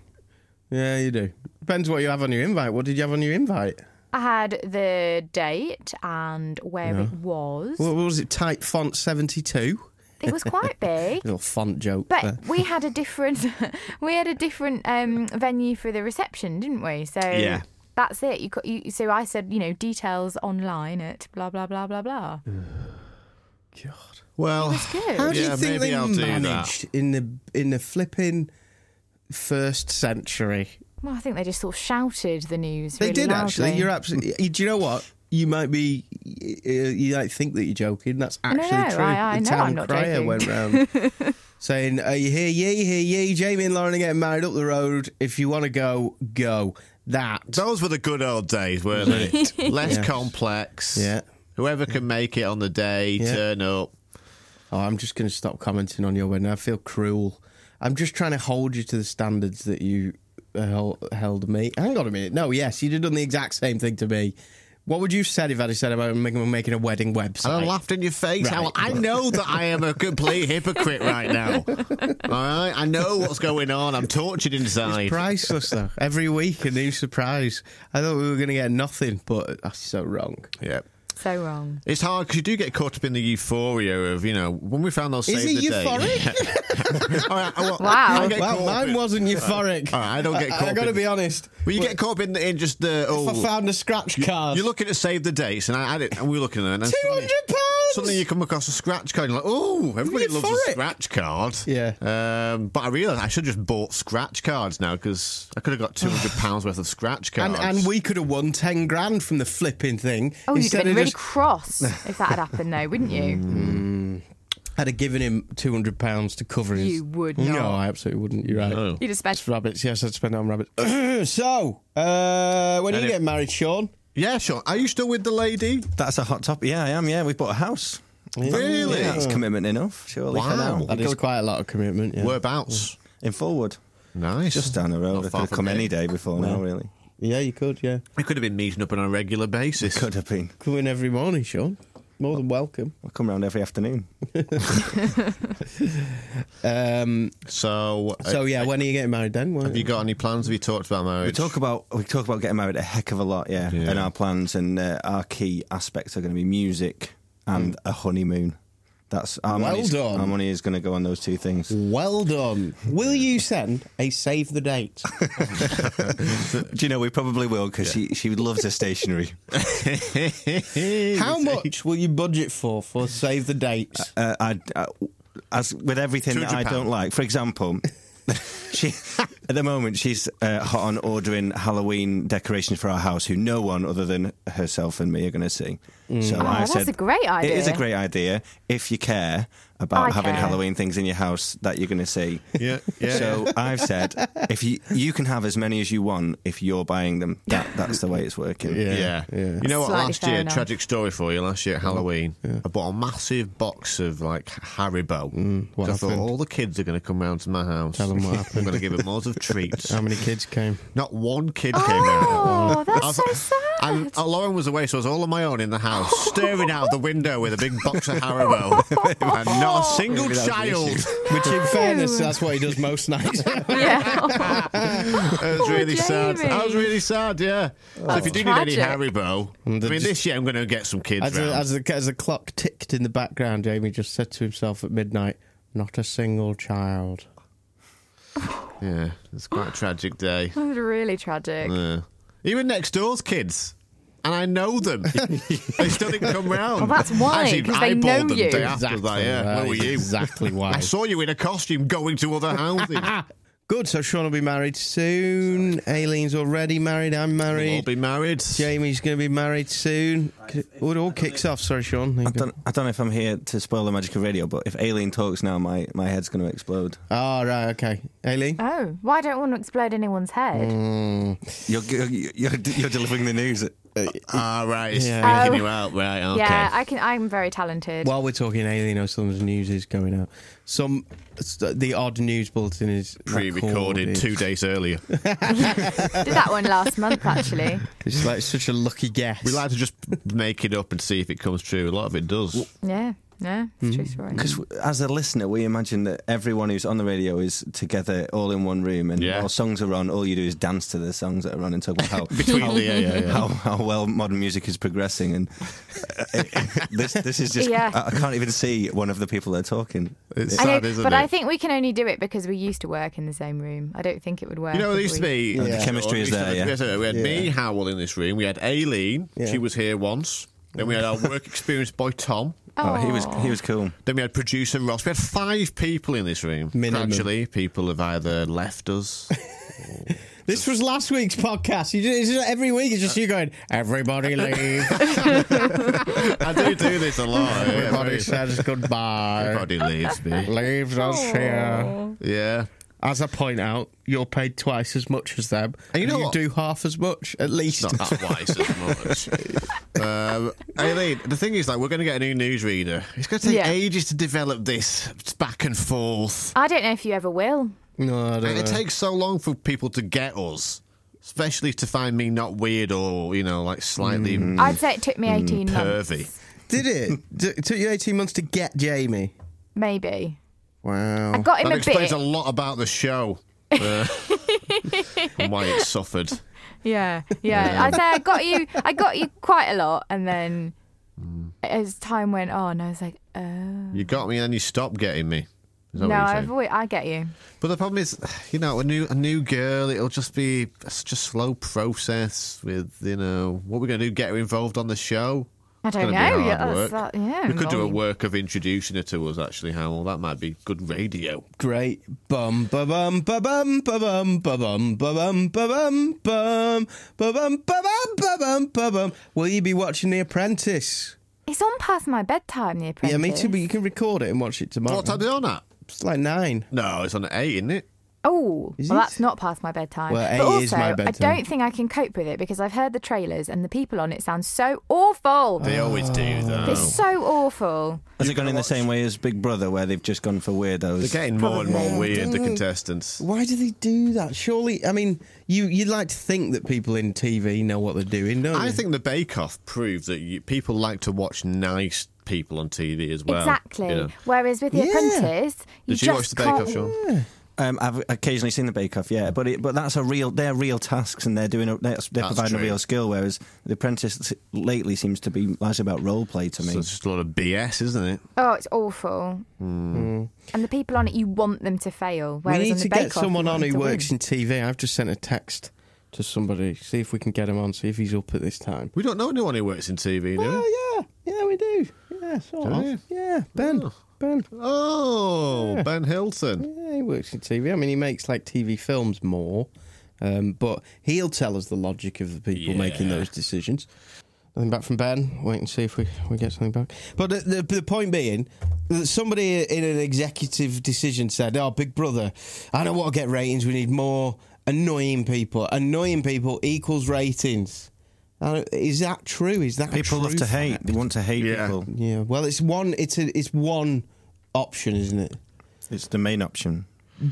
[SPEAKER 1] Yeah, you do. Depends what you have on your invite. What did you have on your invite?
[SPEAKER 4] I had the date and where it was.
[SPEAKER 1] What was it? Type font 72?
[SPEAKER 4] it was quite big.
[SPEAKER 1] Little font joke. there.
[SPEAKER 4] But we had a different we had a different um, venue for the reception, didn't we? So
[SPEAKER 2] Yeah.
[SPEAKER 4] that's it. You, co- you so I said, you know, details online at blah blah blah blah blah.
[SPEAKER 2] Well,
[SPEAKER 4] Good.
[SPEAKER 1] How do
[SPEAKER 2] Yeah,
[SPEAKER 1] you think
[SPEAKER 2] maybe
[SPEAKER 1] they
[SPEAKER 2] I'll do that.
[SPEAKER 1] managed in the in the flipping first century?
[SPEAKER 4] Well, I think they just sort of shouted the news.
[SPEAKER 1] They
[SPEAKER 4] really
[SPEAKER 1] did actually.
[SPEAKER 4] loudly.
[SPEAKER 1] You're absolutely. you- Do you know what? You might be. uh, You might think that you're joking. That's actually
[SPEAKER 4] no,
[SPEAKER 1] true.
[SPEAKER 4] I- I
[SPEAKER 1] the
[SPEAKER 4] know
[SPEAKER 1] town
[SPEAKER 4] I'm not
[SPEAKER 1] crier
[SPEAKER 4] joking.
[SPEAKER 1] went round saying, "Are you here? Yeah, you here? Yeah, Jamie and Lauren are getting married up the road. If you want to go, go." That.
[SPEAKER 2] those were the good old days, weren't they? Less complex.
[SPEAKER 1] Yeah.
[SPEAKER 2] Whoever can make it on the day,
[SPEAKER 1] Yeah.
[SPEAKER 2] turn up.
[SPEAKER 1] Oh, I'm just going to stop commenting on your wedding. I feel cruel. I'm just trying to hold you to the standards that you uh, hel- held me. Hang on a minute. No, yes, you'd have done the exact same thing to me. What would you have said if I'd have said about making, making a wedding website?
[SPEAKER 2] And I laughed in your face.
[SPEAKER 1] Right.
[SPEAKER 2] Howell. I know that I am a complete hypocrite right now. All right, I know what's going on. I'm tortured inside.
[SPEAKER 1] Priceless though. Every week a new surprise. I thought we were going to get nothing, but that's so wrong.
[SPEAKER 2] yeah.
[SPEAKER 4] so wrong.
[SPEAKER 2] It's hard because you do get caught up in the euphoria of you know when we found those.
[SPEAKER 1] Is
[SPEAKER 2] save
[SPEAKER 1] it
[SPEAKER 2] the Date. All right, well,
[SPEAKER 4] Wow.
[SPEAKER 2] I get
[SPEAKER 1] Well,
[SPEAKER 2] caught up
[SPEAKER 1] mine
[SPEAKER 2] in-
[SPEAKER 1] wasn't euphoric.
[SPEAKER 2] All right, I don't get caught.
[SPEAKER 1] I,
[SPEAKER 2] up
[SPEAKER 1] got to
[SPEAKER 2] in-
[SPEAKER 1] be honest.
[SPEAKER 2] Well, you get caught up in, in just the
[SPEAKER 1] I
[SPEAKER 2] oh.
[SPEAKER 1] found a scratch card.
[SPEAKER 2] You're looking to save the dates, and I, I did, and we were looking at it. and then
[SPEAKER 1] Two
[SPEAKER 2] suddenly-
[SPEAKER 1] hundred pounds.
[SPEAKER 2] Suddenly you come across a scratch card, and you're like, oh, everybody
[SPEAKER 1] You're
[SPEAKER 2] loves a
[SPEAKER 1] euphoric.
[SPEAKER 2] scratch card.
[SPEAKER 1] Yeah.
[SPEAKER 2] Um, but I realised I should have just bought scratch cards now because I could have got two hundred pounds worth of scratch
[SPEAKER 1] and,
[SPEAKER 2] cards.
[SPEAKER 1] and we could have won ten grand from the flipping thing.
[SPEAKER 4] Oh, you'd have
[SPEAKER 1] instead
[SPEAKER 4] been
[SPEAKER 1] of
[SPEAKER 4] really
[SPEAKER 1] just Mm.
[SPEAKER 4] cross if that had happened, though, wouldn't you?
[SPEAKER 1] I'd have given him two hundred pounds to cover his.
[SPEAKER 4] You would
[SPEAKER 1] No,
[SPEAKER 4] not.
[SPEAKER 1] I absolutely wouldn't. You're right.
[SPEAKER 2] No.
[SPEAKER 4] You'd have spent.
[SPEAKER 1] It's rabbits. Yes, I'd spend it on rabbits. so, uh, when are you
[SPEAKER 2] Anyway.
[SPEAKER 1] getting married, Sean?
[SPEAKER 2] yeah, sure. Are you still with the lady?
[SPEAKER 3] That's a hot topic. Yeah, I am. Yeah, we bought a house.
[SPEAKER 2] Really?
[SPEAKER 3] Yeah, that's commitment enough, surely.
[SPEAKER 2] Wow.
[SPEAKER 3] For now.
[SPEAKER 1] That
[SPEAKER 3] We
[SPEAKER 1] is
[SPEAKER 3] go
[SPEAKER 1] quite a lot of commitment. Yeah.
[SPEAKER 2] Whereabouts?
[SPEAKER 3] in forward,
[SPEAKER 2] Nice.
[SPEAKER 3] just down the road.
[SPEAKER 2] Not
[SPEAKER 3] I
[SPEAKER 2] far
[SPEAKER 3] could have
[SPEAKER 2] from
[SPEAKER 3] come
[SPEAKER 2] here.
[SPEAKER 3] any day before now, really.
[SPEAKER 1] Yeah, you could. Yeah,
[SPEAKER 2] We could have been meeting up on a regular basis.
[SPEAKER 3] Could have been.
[SPEAKER 1] come in every morning, Sean. More than welcome.
[SPEAKER 3] I come round every afternoon.
[SPEAKER 1] Um,
[SPEAKER 2] So, uh,
[SPEAKER 1] so yeah, when are you getting married then? Why-
[SPEAKER 2] have you got any plans? Have you talked about
[SPEAKER 3] We
[SPEAKER 2] marriage?
[SPEAKER 3] talk about we talk about getting married a heck of a lot, yeah.
[SPEAKER 2] Yeah.
[SPEAKER 3] And our plans and uh, our key aspects are going to be music and
[SPEAKER 2] Mm.
[SPEAKER 3] a honeymoon. That's our
[SPEAKER 1] Well
[SPEAKER 3] money's-
[SPEAKER 1] done.
[SPEAKER 3] Our money is going to go on those two things.
[SPEAKER 1] Well done. Will you send a save the date?
[SPEAKER 3] Do you know we probably will because she she loves her stationery.
[SPEAKER 1] How much will you budget for for save the dates?
[SPEAKER 3] uh, I, I, as with everything that I
[SPEAKER 2] £200.
[SPEAKER 3] don't like, for example, she at the moment she's uh, hot on ordering Halloween decorations for our house, who no one other than herself and me are going to see. So I
[SPEAKER 4] Mm. Oh, that's
[SPEAKER 3] said,
[SPEAKER 4] a great
[SPEAKER 3] It is a
[SPEAKER 4] idea."
[SPEAKER 3] great idea if you care about
[SPEAKER 4] I
[SPEAKER 3] having
[SPEAKER 4] care.
[SPEAKER 3] Halloween things in your house that you're going to see.
[SPEAKER 2] Yeah, yeah.
[SPEAKER 3] So I've said, if you you can have as many as you want if you're buying them. That that's the way it's working.
[SPEAKER 2] Yeah.
[SPEAKER 1] yeah.
[SPEAKER 2] You know what?
[SPEAKER 4] Slightly
[SPEAKER 2] last
[SPEAKER 4] fair
[SPEAKER 2] year,
[SPEAKER 4] enough.
[SPEAKER 2] tragic story for you. Last year at Halloween, I bought a massive box of like Haribo.
[SPEAKER 1] Mm, what
[SPEAKER 2] 'Cause I thought
[SPEAKER 1] happened?
[SPEAKER 2] all the kids are going to come round to my house.
[SPEAKER 1] Tell 'em what
[SPEAKER 2] I'm
[SPEAKER 1] happened.
[SPEAKER 2] going to give them loads of treats.
[SPEAKER 1] How many kids came?
[SPEAKER 2] Not one kid came out.
[SPEAKER 4] Oh,
[SPEAKER 2] Mm-hmm. I
[SPEAKER 4] that's
[SPEAKER 2] was-
[SPEAKER 4] so sad.
[SPEAKER 2] And uh, Lauren was away, so I was all on my own in the house, staring out the window with a big box of Haribo, and not a single child.
[SPEAKER 1] Which, in fairness, that's what he does most nights.
[SPEAKER 4] yeah.
[SPEAKER 2] It was
[SPEAKER 4] Poor
[SPEAKER 2] really sad.
[SPEAKER 4] Jamie.
[SPEAKER 2] I was really sad, yeah. so if you do need any
[SPEAKER 4] tragic.
[SPEAKER 2] Haribo, I mean,
[SPEAKER 1] And the-
[SPEAKER 2] this year I'm going to get some kids
[SPEAKER 1] As
[SPEAKER 2] round.
[SPEAKER 1] the, as, the, as the clock ticked in the background, Jamie just said to himself at midnight, "Not a single child."
[SPEAKER 2] Yeah, it's quite a tragic day.
[SPEAKER 4] That was really tragic.
[SPEAKER 2] Mm. Yeah. Even next door's kids. and I know them. they still didn't come round.
[SPEAKER 4] Well, that's why,
[SPEAKER 2] Actually,
[SPEAKER 4] 'cause they
[SPEAKER 2] eyeballed
[SPEAKER 4] know
[SPEAKER 2] them
[SPEAKER 4] you.
[SPEAKER 2] Day after that, yeah.
[SPEAKER 1] that
[SPEAKER 2] Where were
[SPEAKER 1] is
[SPEAKER 2] you?
[SPEAKER 1] Exactly
[SPEAKER 2] I
[SPEAKER 1] why.
[SPEAKER 2] saw you in a costume going to other houses.
[SPEAKER 1] Good. So Sean will be married soon. Aileen's already married. I'm
[SPEAKER 2] We'll all
[SPEAKER 1] married.
[SPEAKER 2] be married.
[SPEAKER 1] Jamie's going to be married soon. Oh, it all kicks off. Sorry, Sean. There you
[SPEAKER 3] I
[SPEAKER 1] go.
[SPEAKER 3] don't, I don't know if I'm here to spoil the magic of radio, but if Aileen talks now, my, my head's going to explode.
[SPEAKER 1] Oh, right. Okay. Aileen?
[SPEAKER 4] Oh, well, I don't want to explode anyone's head.
[SPEAKER 2] Mm,
[SPEAKER 3] You're, you're, you're, you're delivering the news.
[SPEAKER 2] Ah, right. It's
[SPEAKER 1] Yeah.
[SPEAKER 2] freaking
[SPEAKER 4] Oh.
[SPEAKER 2] you out. Right, okay.
[SPEAKER 4] Yeah, I can. I'm very talented.
[SPEAKER 1] While we're talking alien, O'Sullivan's news is going out. Some st- the odd news bulletin is
[SPEAKER 2] Pre-recorded two days earlier.
[SPEAKER 4] Did that one last month actually.
[SPEAKER 1] It's like such a lucky guess.
[SPEAKER 2] We like to just make it up and see if it comes true. A lot of it does.
[SPEAKER 4] Yeah, yeah, it's a
[SPEAKER 2] Mm.
[SPEAKER 4] true story.
[SPEAKER 3] Because as a listener, we imagine that everyone who's on the radio is together all in one room, and
[SPEAKER 2] Yeah.
[SPEAKER 3] while songs are on, all you do is dance to the songs that are on and talk about how.
[SPEAKER 2] Between the yeah, yeah, yeah.
[SPEAKER 3] How, how well modern music is progressing, and uh, this this is just
[SPEAKER 4] Yeah.
[SPEAKER 3] I, I can't even see one of the people they're talking.
[SPEAKER 2] It's
[SPEAKER 4] I know,
[SPEAKER 2] sad, isn't
[SPEAKER 4] but
[SPEAKER 2] it?
[SPEAKER 4] I think we can only do it because we used to work in the same room. I don't think it would work.
[SPEAKER 2] You know,
[SPEAKER 4] if
[SPEAKER 2] there used to
[SPEAKER 4] we-
[SPEAKER 2] be
[SPEAKER 1] Yeah. The
[SPEAKER 3] Oh, chemistry is there, yeah.
[SPEAKER 2] We had, we had me, Howell, in this room. We had Aileen.
[SPEAKER 1] Yeah.
[SPEAKER 2] She was here once. Then we had our work experience boy Tom.
[SPEAKER 3] Oh, he was
[SPEAKER 4] Aw.
[SPEAKER 3] he was cool.
[SPEAKER 2] Then we had producer Ross. We had five people in this room.
[SPEAKER 1] Minimum.
[SPEAKER 2] Actually, people have either left us.
[SPEAKER 1] this was last week's podcast. You just, it's just every week it's just you going, everybody leave,
[SPEAKER 2] I do do this a lot. yeah.
[SPEAKER 1] everybody says goodbye,
[SPEAKER 2] Everybody leaves me.
[SPEAKER 1] leaves us here.
[SPEAKER 2] Yeah.
[SPEAKER 1] As I point out, you're paid twice as much as them,
[SPEAKER 2] And you know what?
[SPEAKER 1] do half as much at least.
[SPEAKER 2] Not twice as much. Um, Aileen, the thing is, like, we're going to get a new newsreader. It's going to take
[SPEAKER 4] Yeah.
[SPEAKER 2] ages to develop this back and forth.
[SPEAKER 4] I don't know if you ever will.
[SPEAKER 1] no, I don't
[SPEAKER 2] And it
[SPEAKER 1] know.
[SPEAKER 2] takes so long for people to get us, especially to find me not weird or you know like slightly
[SPEAKER 4] I'd say it took me 18 months.
[SPEAKER 2] Mm. pervy.
[SPEAKER 1] Did it? D- it took you 18 months to get Jamie.
[SPEAKER 4] Maybe.
[SPEAKER 1] Wow.
[SPEAKER 4] I got him
[SPEAKER 2] That
[SPEAKER 4] a bit.
[SPEAKER 2] explains a lot about the show uh, and why it suffered.
[SPEAKER 4] Yeah, yeah. I'd say I got you. I got you quite a lot, and then
[SPEAKER 2] Mm.
[SPEAKER 4] as time went on, I was like, oh.
[SPEAKER 2] You got me, and then you stopped getting me. Is that
[SPEAKER 4] No,
[SPEAKER 2] what you're
[SPEAKER 4] I've
[SPEAKER 2] saying?
[SPEAKER 4] always, I get you.
[SPEAKER 2] But the problem is, you know, a new a new girl. It'll just be such a slow process with you know what we're going to do. Get her involved on the show.
[SPEAKER 4] I don't
[SPEAKER 2] gonna be
[SPEAKER 4] know.
[SPEAKER 2] hard
[SPEAKER 4] yeah, that's-
[SPEAKER 2] work.
[SPEAKER 4] that- yeah,
[SPEAKER 2] We could do a
[SPEAKER 4] involved.
[SPEAKER 2] work of introducing her to us. Actually, Howell, that might be good radio.
[SPEAKER 1] Great. Bum ba bum ba bum ba bum ba bum ba bum ba bum bum ba bum ba bum ba bum ba bum. Will you be watching The Apprentice?
[SPEAKER 4] It's on past my bedtime, the apprentice.
[SPEAKER 1] Yeah, me too. But you can record it and watch it tomorrow.
[SPEAKER 2] What time are they on at?
[SPEAKER 1] It's like nine.
[SPEAKER 2] No, it's on at eight, isn't it?
[SPEAKER 4] Oh,
[SPEAKER 1] Is
[SPEAKER 4] well,
[SPEAKER 1] it?
[SPEAKER 4] that's not past my bedtime.
[SPEAKER 1] Well,
[SPEAKER 4] but
[SPEAKER 1] eight
[SPEAKER 4] also,
[SPEAKER 1] is my bedtime.
[SPEAKER 4] I don't think I can cope with it because I've heard the trailers and the people on it sound so awful.
[SPEAKER 2] They always do, though.
[SPEAKER 4] It's so awful.
[SPEAKER 3] Has it gone in the same way as Big Brother, where they've just gone for
[SPEAKER 2] They're
[SPEAKER 3] weirdos?
[SPEAKER 2] getting more and more
[SPEAKER 1] Probably.
[SPEAKER 2] weird, the contestants.
[SPEAKER 1] Why do they do that? Surely, I mean, you you like to think that people in TV know what they're doing, don't
[SPEAKER 2] I
[SPEAKER 1] you?
[SPEAKER 2] think the Bake Off proved that you, people like to watch nice people on TV as well.
[SPEAKER 4] exactly.
[SPEAKER 2] you know.
[SPEAKER 4] Whereas with The
[SPEAKER 1] Yeah.
[SPEAKER 4] Apprentice, you
[SPEAKER 2] Did
[SPEAKER 4] just
[SPEAKER 2] you watch the Bake
[SPEAKER 4] can't...
[SPEAKER 2] Off, Sean?
[SPEAKER 3] Um, I've occasionally seen the Bake Off, yeah, but it, but that's a real they're real tasks and they're doing a, they're, they're
[SPEAKER 2] That's
[SPEAKER 3] providing
[SPEAKER 2] true.
[SPEAKER 3] a real skill. Whereas The Apprentice lately seems to be largely about role play to me.
[SPEAKER 2] So it's just a lot of BS, isn't it?
[SPEAKER 4] Oh, it's awful.
[SPEAKER 2] Hmm.
[SPEAKER 4] And the people on it, you want them to fail.
[SPEAKER 1] Hmm. we
[SPEAKER 4] Whereas
[SPEAKER 1] need
[SPEAKER 4] on the
[SPEAKER 1] to
[SPEAKER 4] Bake
[SPEAKER 1] get
[SPEAKER 4] Off,
[SPEAKER 1] someone
[SPEAKER 4] you
[SPEAKER 1] on
[SPEAKER 4] want
[SPEAKER 1] who
[SPEAKER 4] them to
[SPEAKER 1] works
[SPEAKER 4] win.
[SPEAKER 1] in TV. I've just sent a text to somebody. See if we can get him on. See if he's up at this time.
[SPEAKER 2] We don't know anyone who works in TV, do we?
[SPEAKER 1] Oh yeah, yeah, we do. Yeah, sort
[SPEAKER 2] Do
[SPEAKER 1] of.
[SPEAKER 2] you?
[SPEAKER 1] Yeah, Ben,
[SPEAKER 2] Oh.
[SPEAKER 1] Ben.
[SPEAKER 2] Oh, Ben Hilton.
[SPEAKER 1] Yeah, he works in TV. I mean, he makes like TV films more, um, but he'll tell us the logic of the people making
[SPEAKER 2] Yeah.
[SPEAKER 1] those decisions. Nothing back from Ben. Wait and see if we, we get something back. But the, the, the point being, that somebody in an executive decision said, "Oh, Big Brother, I don't want to get ratings. We need more annoying people. Annoying people equals ratings." I don't- Is that true? Is that a
[SPEAKER 3] People love
[SPEAKER 1] true
[SPEAKER 3] to hate. They want to hate
[SPEAKER 2] Yeah.
[SPEAKER 3] people.
[SPEAKER 1] Yeah, well, it's one. It's a, it's one option, isn't it?
[SPEAKER 3] It's the main option.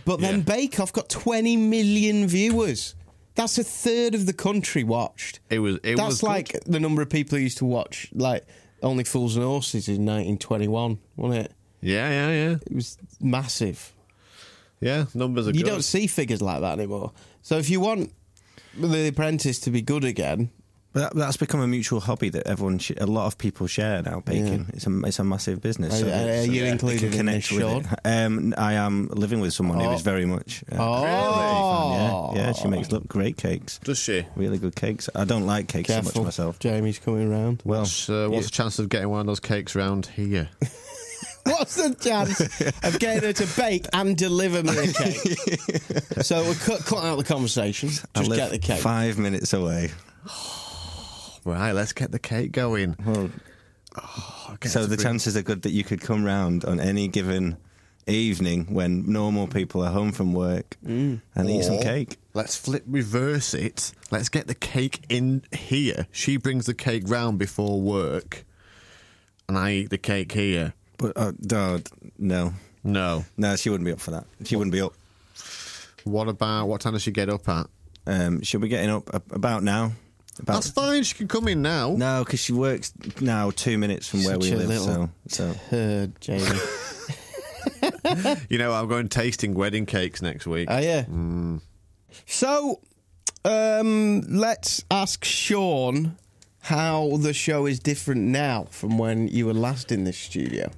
[SPEAKER 1] But then
[SPEAKER 2] Yeah.
[SPEAKER 1] Bake Off got 20 million viewers. That's a third of the country watched.
[SPEAKER 2] It was. It
[SPEAKER 1] That's
[SPEAKER 2] was good.
[SPEAKER 1] like the number of people who used to watch like Only Fools and Horses in 1921, wasn't it?
[SPEAKER 2] Yeah, yeah, yeah,
[SPEAKER 1] It was massive.
[SPEAKER 2] yeah. Numbers are
[SPEAKER 1] You
[SPEAKER 2] good.
[SPEAKER 1] don't see figures like that anymore. So if you want The Apprentice to be good again,
[SPEAKER 3] That, that's become a mutual hobby that everyone, sh- a lot of people share now. Baking, it's a it's a massive business.
[SPEAKER 5] Are- are- are you
[SPEAKER 3] they can
[SPEAKER 5] included in
[SPEAKER 3] connect
[SPEAKER 5] this,
[SPEAKER 3] with it. Um, I am living with someone who is very much. Uh,
[SPEAKER 5] Oh.
[SPEAKER 3] yeah, yeah, she makes look great cakes,
[SPEAKER 2] Does she?
[SPEAKER 3] really good cakes. I don't like cakes
[SPEAKER 5] Careful.
[SPEAKER 3] so much myself.
[SPEAKER 5] Jamie's coming round.
[SPEAKER 3] Well,
[SPEAKER 2] So, what's the chance of getting one of those cakes round here?
[SPEAKER 5] What's the chance of getting her to bake and deliver me a cake? so we cut, cut out the conversation. Just
[SPEAKER 3] I live
[SPEAKER 5] get the cake.
[SPEAKER 3] five minutes away.
[SPEAKER 2] right, let's get the cake going.
[SPEAKER 3] Well,
[SPEAKER 2] Oh, get
[SPEAKER 3] so
[SPEAKER 2] to
[SPEAKER 3] the
[SPEAKER 2] bring-
[SPEAKER 3] chances are good that you could come round on any given evening when normal people are home from work and eat some
[SPEAKER 2] Or
[SPEAKER 3] cake.
[SPEAKER 2] Let's flip reverse it. Let's get the cake in here. She brings the cake round before work, and I eat the cake here.
[SPEAKER 3] But uh, don't- no,
[SPEAKER 2] No.
[SPEAKER 3] no, she wouldn't be up for that. She wouldn't be up.
[SPEAKER 2] What about what time does she get up at?
[SPEAKER 3] Um, she'll be getting up ab- about now. About
[SPEAKER 2] That's fine. She can come in now.
[SPEAKER 3] no, because she works now two minutes from where
[SPEAKER 5] Such
[SPEAKER 3] we
[SPEAKER 5] a
[SPEAKER 3] live.
[SPEAKER 5] little
[SPEAKER 3] So, so
[SPEAKER 5] Uh, Jamie.
[SPEAKER 2] You know, I'm going tasting wedding cakes next week.
[SPEAKER 3] Uh,
[SPEAKER 5] Oh, yeah.
[SPEAKER 3] Mm.
[SPEAKER 1] So, um, let's ask Sean how the show is different now from when you were last in this studio.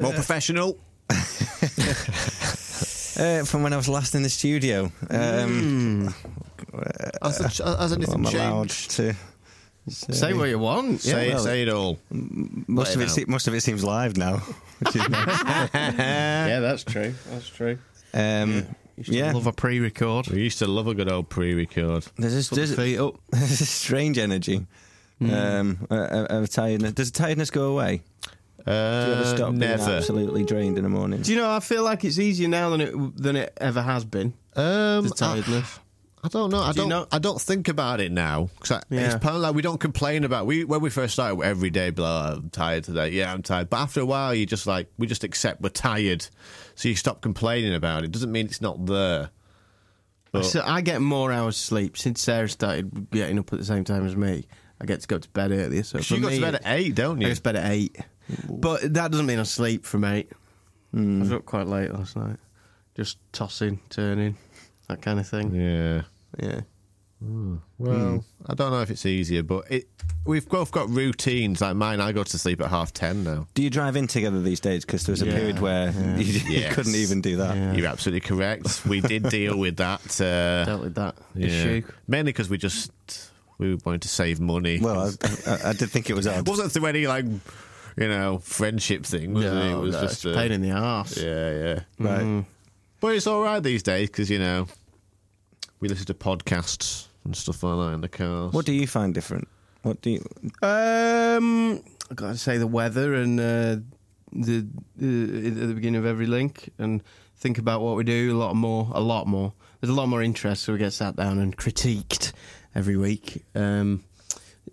[SPEAKER 2] More professional.
[SPEAKER 3] uh, from when I was last in the studio, um,
[SPEAKER 2] Has, the ch- has anything
[SPEAKER 3] uh, I'm allowed
[SPEAKER 2] changed?
[SPEAKER 3] to.
[SPEAKER 1] Say what you want.
[SPEAKER 2] Say,
[SPEAKER 1] yeah.
[SPEAKER 2] it, say it all.
[SPEAKER 3] Most of
[SPEAKER 2] Right
[SPEAKER 3] it,
[SPEAKER 2] now.
[SPEAKER 3] se- most of it seems live now, which is nice.
[SPEAKER 1] yeah, that's true. That's true.
[SPEAKER 3] Um, yeah,
[SPEAKER 1] Love a pre-record.
[SPEAKER 2] We used to love a good old pre-record.
[SPEAKER 3] there's this, there's,
[SPEAKER 2] Feet up.
[SPEAKER 3] there's this strange energy um, of, of tiredness. Does tiredness go away? Do you ever
[SPEAKER 2] Uh,
[SPEAKER 3] stop being
[SPEAKER 2] never.
[SPEAKER 3] absolutely drained in the morning?
[SPEAKER 1] Do you know? I feel like it's easier now than it than it ever has been.
[SPEAKER 2] Um,
[SPEAKER 1] The tiredness.
[SPEAKER 2] I, I don't know. I
[SPEAKER 1] Do you
[SPEAKER 2] don't.
[SPEAKER 1] know-
[SPEAKER 2] I don't think about it now because
[SPEAKER 1] Yeah.
[SPEAKER 2] it's kind of like we don't complain about. We when we first started every day, blah, I'm tired today. Yeah, I'm tired. But after a while, you just like we just accept we're tired, so you stop complaining about it. Doesn't mean it's not there. But-
[SPEAKER 1] So I get more hours sleep since Sarah started getting up at the same time as me. I get to go to bed earlier. So
[SPEAKER 2] So
[SPEAKER 1] for
[SPEAKER 2] you got
[SPEAKER 1] me,
[SPEAKER 2] to bed at eight, don't
[SPEAKER 1] I
[SPEAKER 2] you?
[SPEAKER 1] go to bed at eight, but that doesn't mean I sleep from eight. Hmm. I was up quite late last night, just tossing, turning, that kind of thing.
[SPEAKER 2] Yeah.
[SPEAKER 1] Yeah.
[SPEAKER 2] Well, I don't know if it's easier, but it. We've both got routines. Like mine, I go to sleep at half ten now.
[SPEAKER 3] Do you drive in together these days? Because there was a
[SPEAKER 1] Yeah.
[SPEAKER 3] period where you, you
[SPEAKER 2] Yes.
[SPEAKER 3] couldn't even do that.
[SPEAKER 1] Yeah.
[SPEAKER 2] You're absolutely correct. We did deal with that. Uh,
[SPEAKER 1] Dealt with that
[SPEAKER 2] yeah.
[SPEAKER 1] issue.
[SPEAKER 2] Mainly because we just we wanted to save money.
[SPEAKER 3] Well, I, I, I did think it was odd.
[SPEAKER 2] it wasn't through any like you know friendship thing. Was it? it was
[SPEAKER 1] no,
[SPEAKER 2] just
[SPEAKER 1] oh, it's a pain in the arse.
[SPEAKER 2] yeah, yeah.
[SPEAKER 3] Right.
[SPEAKER 2] But it's all right these days because you know we listen to podcasts and stuff like that in the cars.
[SPEAKER 3] What do you find different? What do you?
[SPEAKER 1] Um, I gotta say the weather and uh, the uh, at the beginning of every link and think about what we do a lot more, a lot more. There's a lot more interest, so we get sat down and critiqued every week. Um,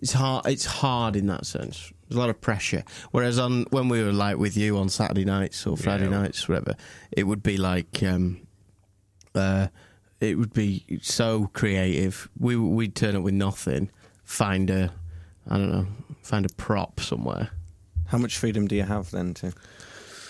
[SPEAKER 1] it's hard. It's hard in that sense. There's a lot of pressure. Whereas on when we were like with you on Saturday nights or Friday
[SPEAKER 2] Yeah.
[SPEAKER 1] nights, whatever, it would be like. Um, uh, it would be so creative. We we'd turn up with nothing, find a, I don't know, find a prop somewhere.
[SPEAKER 3] How much freedom do you have then? To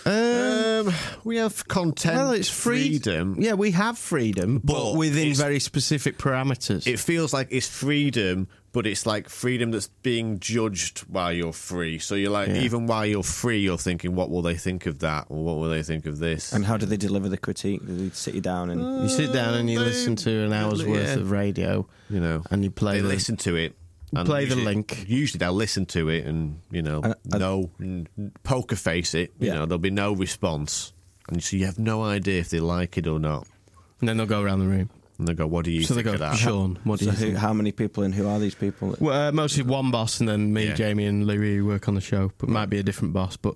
[SPEAKER 2] Um, we have content.
[SPEAKER 1] well, it's free-
[SPEAKER 2] freedom.
[SPEAKER 1] Yeah, we have freedom, but,
[SPEAKER 2] But
[SPEAKER 1] within
[SPEAKER 2] it's-
[SPEAKER 1] very specific parameters.
[SPEAKER 2] It feels like it's freedom, but it's like freedom that's being judged while you're free. So you're like,
[SPEAKER 1] Yeah.
[SPEAKER 2] even while you're free, you're thinking, what will they think of that, or what will they think of this?
[SPEAKER 3] and how do they deliver the critique? Do they sit you down and?
[SPEAKER 1] you sit down and you
[SPEAKER 2] They-
[SPEAKER 1] listen to an hour's
[SPEAKER 2] yeah.
[SPEAKER 1] worth of radio,
[SPEAKER 2] you know,
[SPEAKER 1] and you play
[SPEAKER 2] they
[SPEAKER 1] the
[SPEAKER 2] listen to it.
[SPEAKER 1] play the
[SPEAKER 2] usually-
[SPEAKER 1] link.
[SPEAKER 2] Usually they'll listen to it and you know no n- poker face it. You
[SPEAKER 3] Yeah.
[SPEAKER 2] know there'll be no response, and so you have no idea if they like it or not.
[SPEAKER 1] and then they'll go around the room.
[SPEAKER 2] And they go, "What do you
[SPEAKER 1] So they
[SPEAKER 2] think
[SPEAKER 1] go,
[SPEAKER 2] of that?"
[SPEAKER 1] Sean, what do
[SPEAKER 3] So
[SPEAKER 1] you
[SPEAKER 3] who,
[SPEAKER 1] think?
[SPEAKER 3] how many people and who are these people? that-
[SPEAKER 1] Well, uh, mostly one boss, and then me,
[SPEAKER 2] Yeah.
[SPEAKER 1] Jamie, and Louis who work on the show, but might be a different boss. But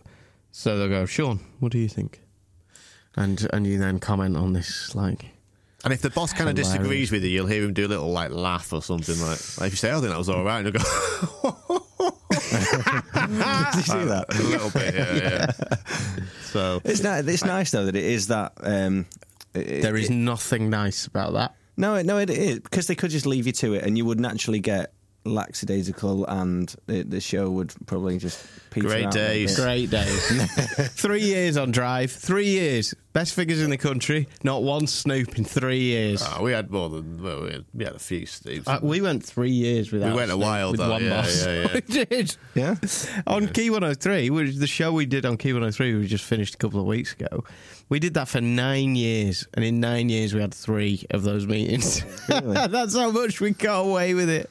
[SPEAKER 1] so they'll go, Sean, what do you think? And and you then comment on this like
[SPEAKER 2] And if the boss kind of
[SPEAKER 1] Hilarious.
[SPEAKER 2] disagrees with you, you'll hear him do a little like laugh or something like. like if you say, "I think that was all right," and he'll go
[SPEAKER 3] Did you do that?
[SPEAKER 2] a little bit, yeah, yeah. So
[SPEAKER 3] It's ni- It's nice though that it is that. Um, it-
[SPEAKER 1] there
[SPEAKER 3] it-
[SPEAKER 1] is nothing nice about that.
[SPEAKER 3] No, it- no, it is because they could just leave you to it, and you would naturally get lackadaisical, and the, the show would probably just peter
[SPEAKER 2] Great
[SPEAKER 3] out a
[SPEAKER 2] days.
[SPEAKER 3] bit.
[SPEAKER 1] Great days. three years on drive. Three years. Best figures in the country. Not one Snoop in three years.
[SPEAKER 3] Oh.
[SPEAKER 2] Ah, we had more than well, we, had, we had a few Steves.
[SPEAKER 1] Uh, we went three years without.
[SPEAKER 2] We went a
[SPEAKER 1] Snoop
[SPEAKER 2] while,
[SPEAKER 1] with
[SPEAKER 2] though.
[SPEAKER 1] One
[SPEAKER 2] Yeah,
[SPEAKER 1] boss.
[SPEAKER 2] yeah, yeah.
[SPEAKER 1] we did.
[SPEAKER 3] Yeah.
[SPEAKER 1] On Key 103, which the show we did on Key 103, we just finished a couple of weeks ago. We did that for nine years, and in nine years, we had three of those meetings.
[SPEAKER 3] Oh,
[SPEAKER 1] That's how much we got away with it.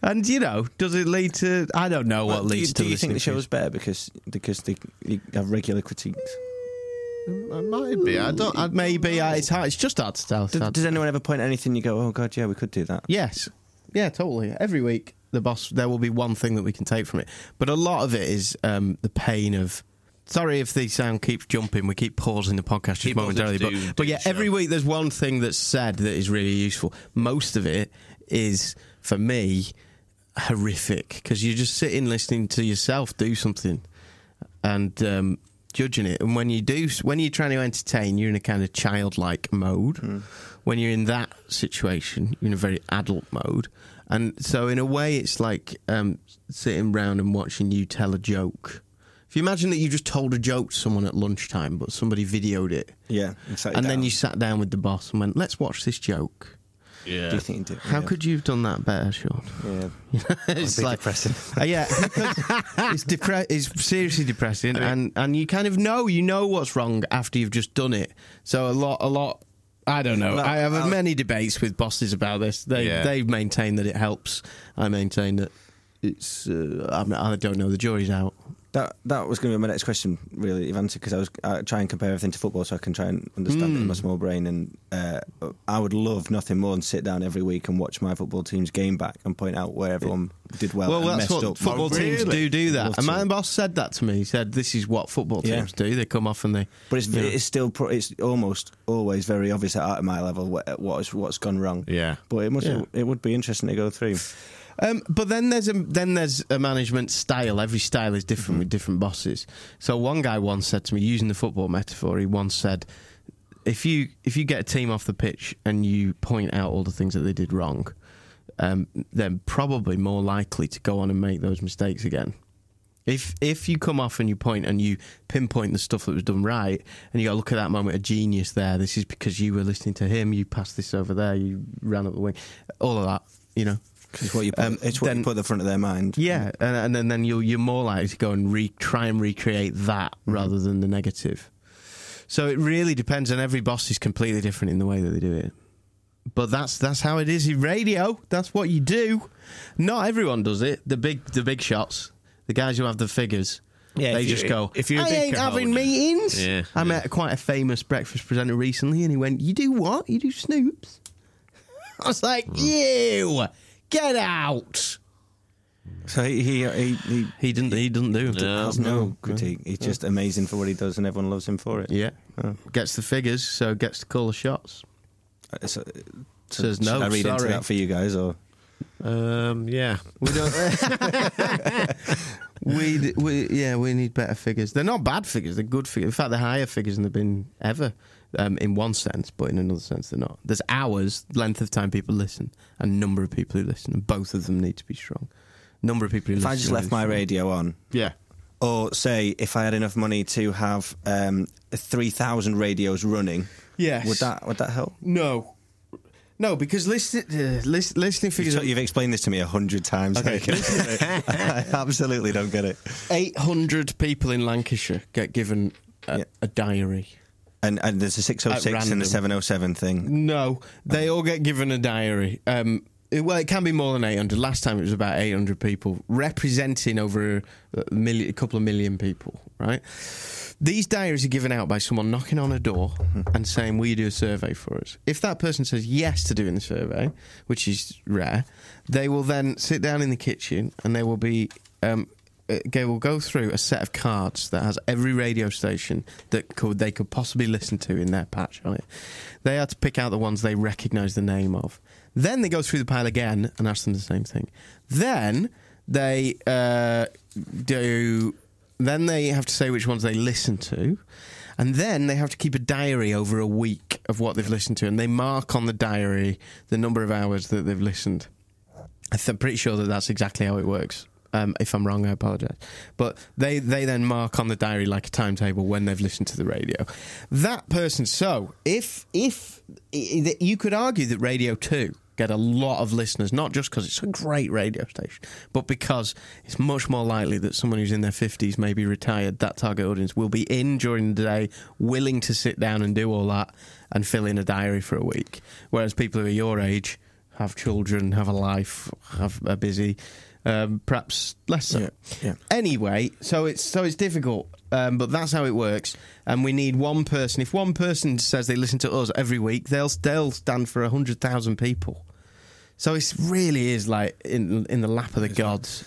[SPEAKER 1] And you know, does it lead to? I don't know what
[SPEAKER 3] Well, do you,
[SPEAKER 1] leads to.
[SPEAKER 3] do you think the
[SPEAKER 1] Snoop
[SPEAKER 3] show is better because because they you have regular critiques?
[SPEAKER 2] it might be. I don't. I,
[SPEAKER 1] Issue. Maybe uh, it's hard. It's just hard to tell. It's
[SPEAKER 3] Does,
[SPEAKER 1] hard to
[SPEAKER 3] does anyone ever point at anything you go, oh god, yeah, we could do that?
[SPEAKER 1] Yes. Yeah, totally. Every week, the boss, there will be one thing that we can take from it. But a lot of it is um, the pain of. Sorry if the sound keeps jumping. We keep pausing the podcast just
[SPEAKER 2] Keep pausing
[SPEAKER 1] momentarily.
[SPEAKER 2] to
[SPEAKER 1] But,
[SPEAKER 2] do-
[SPEAKER 1] but
[SPEAKER 2] do
[SPEAKER 1] yeah,
[SPEAKER 2] the
[SPEAKER 1] every
[SPEAKER 2] show.
[SPEAKER 1] week there's one thing that's said that is really useful. Most of it is, for me, horrific because you're just sitting listening to yourself do something and um, judging it. And when you do, when you're trying to entertain, you're in a kind of childlike mode. When you're in that situation, you're in a very adult mode. And so, in a way, it's like um, sitting round and watching you tell a joke. If you imagine that you just told a joke to someone at lunchtime, but somebody videoed it,
[SPEAKER 3] Yeah, exactly.
[SPEAKER 1] and then you sat down with the boss and went, "Let's watch this joke."
[SPEAKER 2] yeah.
[SPEAKER 3] do you think you do?
[SPEAKER 1] How
[SPEAKER 3] yeah.
[SPEAKER 1] could you have done that better, Sean?
[SPEAKER 3] Yeah.
[SPEAKER 1] it's
[SPEAKER 3] be depressing.
[SPEAKER 1] Uh, yeah, it's depre- It's seriously depressing, and and you kind of know you know what's wrong after you've just done it. So a lot, a lot. I don't know. I have had many debates with bosses about this. They
[SPEAKER 2] Yeah.
[SPEAKER 1] they maintain that it helps. I maintain that it's. Uh, I'm, not- I don't know. The jury's out.
[SPEAKER 3] That that was going to be my next question, really, you've answered because I was I try and compare everything to football so I can try and understand it in my small brain. And uh, I would love nothing more than sit down every week and watch my football team's game back and point out where everyone did well.
[SPEAKER 1] Well,
[SPEAKER 3] and
[SPEAKER 1] that's
[SPEAKER 3] messed
[SPEAKER 1] what
[SPEAKER 3] up.
[SPEAKER 1] football
[SPEAKER 2] Oh,
[SPEAKER 1] teams
[SPEAKER 2] really?
[SPEAKER 1] do. Do that.
[SPEAKER 3] Love
[SPEAKER 1] And
[SPEAKER 3] to.
[SPEAKER 1] my boss said that to me. He said, "This is what football
[SPEAKER 3] Yeah.
[SPEAKER 1] teams do. They come off and they."
[SPEAKER 3] But it's
[SPEAKER 1] you know.
[SPEAKER 3] it's still pro- it's almost always very obvious at at my level what what's what's gone wrong.
[SPEAKER 2] Yeah.
[SPEAKER 3] But it must
[SPEAKER 1] Yeah.
[SPEAKER 3] it would be interesting to go through.
[SPEAKER 1] Um, but then there's a then there's a management style. Every style is different with different bosses. So one guy once said to me, using the football metaphor, he once said, "If you if you get a team off the pitch and you point out all the things that they did wrong, um, they're probably more likely to go on and make those mistakes again." If if you come off and you point and you pinpoint the stuff that was done right, and you go look at that moment of genius there. This is because you were listening to him. You passed this over there. You ran up the wing. All of that, you know.
[SPEAKER 3] It's what you put,
[SPEAKER 1] Um,
[SPEAKER 3] it's what
[SPEAKER 1] then-
[SPEAKER 3] you put at the front of their mind.
[SPEAKER 1] Yeah, and, and then, then you're, you're more likely to go and re- try and recreate that
[SPEAKER 2] Mm-hmm.
[SPEAKER 1] rather than the negative. So it really depends, and every boss is completely different in the way that they do it. But that's that's how it is in radio. That's what you do. Not everyone does it. The big the big shots, the guys who have the figures.
[SPEAKER 2] Yeah,
[SPEAKER 1] they
[SPEAKER 2] if you-
[SPEAKER 1] just go.
[SPEAKER 2] if you're a
[SPEAKER 1] I
[SPEAKER 2] big
[SPEAKER 1] ain't having
[SPEAKER 2] owner."
[SPEAKER 1] meetings.
[SPEAKER 2] Yeah,
[SPEAKER 1] I
[SPEAKER 2] yeah.
[SPEAKER 1] met quite a famous breakfast presenter recently, and he went, "You do what? You do snoops?" I was like,
[SPEAKER 2] Mm.
[SPEAKER 1] "You get out."
[SPEAKER 3] So he he, he, he
[SPEAKER 1] He didn't. He doesn't do. it.
[SPEAKER 3] has no critique. He's just amazing for what he does, and everyone loves him for it.
[SPEAKER 1] Yeah. uh, Gets the figures, so gets to call the shots.
[SPEAKER 3] Uh, So, so
[SPEAKER 1] Says no,
[SPEAKER 3] should I read into
[SPEAKER 1] sorry.
[SPEAKER 3] that for you guys, or
[SPEAKER 2] Um. Yeah.
[SPEAKER 1] We don't. we, d- we yeah, we need better figures. They're not bad figures. They're good figures. In fact, they're higher figures than they've been ever. Um, in one sense, but in another sense, they're not. There's hours, length of time people listen, and number of people who listen, and both of them need to be strong. Number of people who
[SPEAKER 3] if
[SPEAKER 1] listen.
[SPEAKER 3] I just left my radio on,
[SPEAKER 2] Yeah.
[SPEAKER 3] or say if I had enough money to have um, three thousand radios running,
[SPEAKER 1] Yes.
[SPEAKER 3] would that would that help?
[SPEAKER 1] No. No, because listen, uh, listen, listening figures.
[SPEAKER 3] You've, you've explained this to me a hundred times.
[SPEAKER 1] Okay.
[SPEAKER 3] I, absolutely don't get it.
[SPEAKER 1] 800 people in Lancashire get given a,
[SPEAKER 3] Yeah.
[SPEAKER 1] a diary.
[SPEAKER 3] And, and there's a
[SPEAKER 1] At
[SPEAKER 3] 606 and
[SPEAKER 1] random.
[SPEAKER 3] a 707 thing.
[SPEAKER 1] No, they all get given a diary. Um, it- well, it can be more than 800. Last time it was about 800 people, representing over a, million, a couple of million people, right? These diaries are given out by someone knocking on a door and saying, Will you do a survey for us? If that person says yes to doing the survey, which is rare, they will then sit down in the kitchen and they will be. Um, uh, they will go through a set of cards that has every radio station that could they could possibly listen to in their patch on it. They had to pick out the ones they recognise the name of. Then they go through the pile again and ask them the same thing. Then they uh, do. Then they have to say which ones they listen to, and then they have to keep a diary over a week of what they've listened to, and they mark on the diary the number of hours that they've listened. I th- I'm pretty sure that that's exactly how it works. Um, if I'm wrong, I apologise. But they, they then mark on the diary like a timetable when they've listened to the radio. That person. So if if i- i- you could argue that Radio Two get a lot of listeners, not just because it's a great radio station, but because it's much more likely that someone who's in their fifties, maybe retired, that target audience will be in during the day, willing to sit down and do all that and fill in a diary for a week. Whereas people who are your age have children, have a life, have are busy. Um, perhaps less so.
[SPEAKER 3] Yeah, yeah.
[SPEAKER 1] Anyway, so it's so it's difficult, um, but that's how it works. And we need one person. If one person says they listen to us every week, they'll they'll stand for hundred thousand people. So it really is like in in the lap of the gods.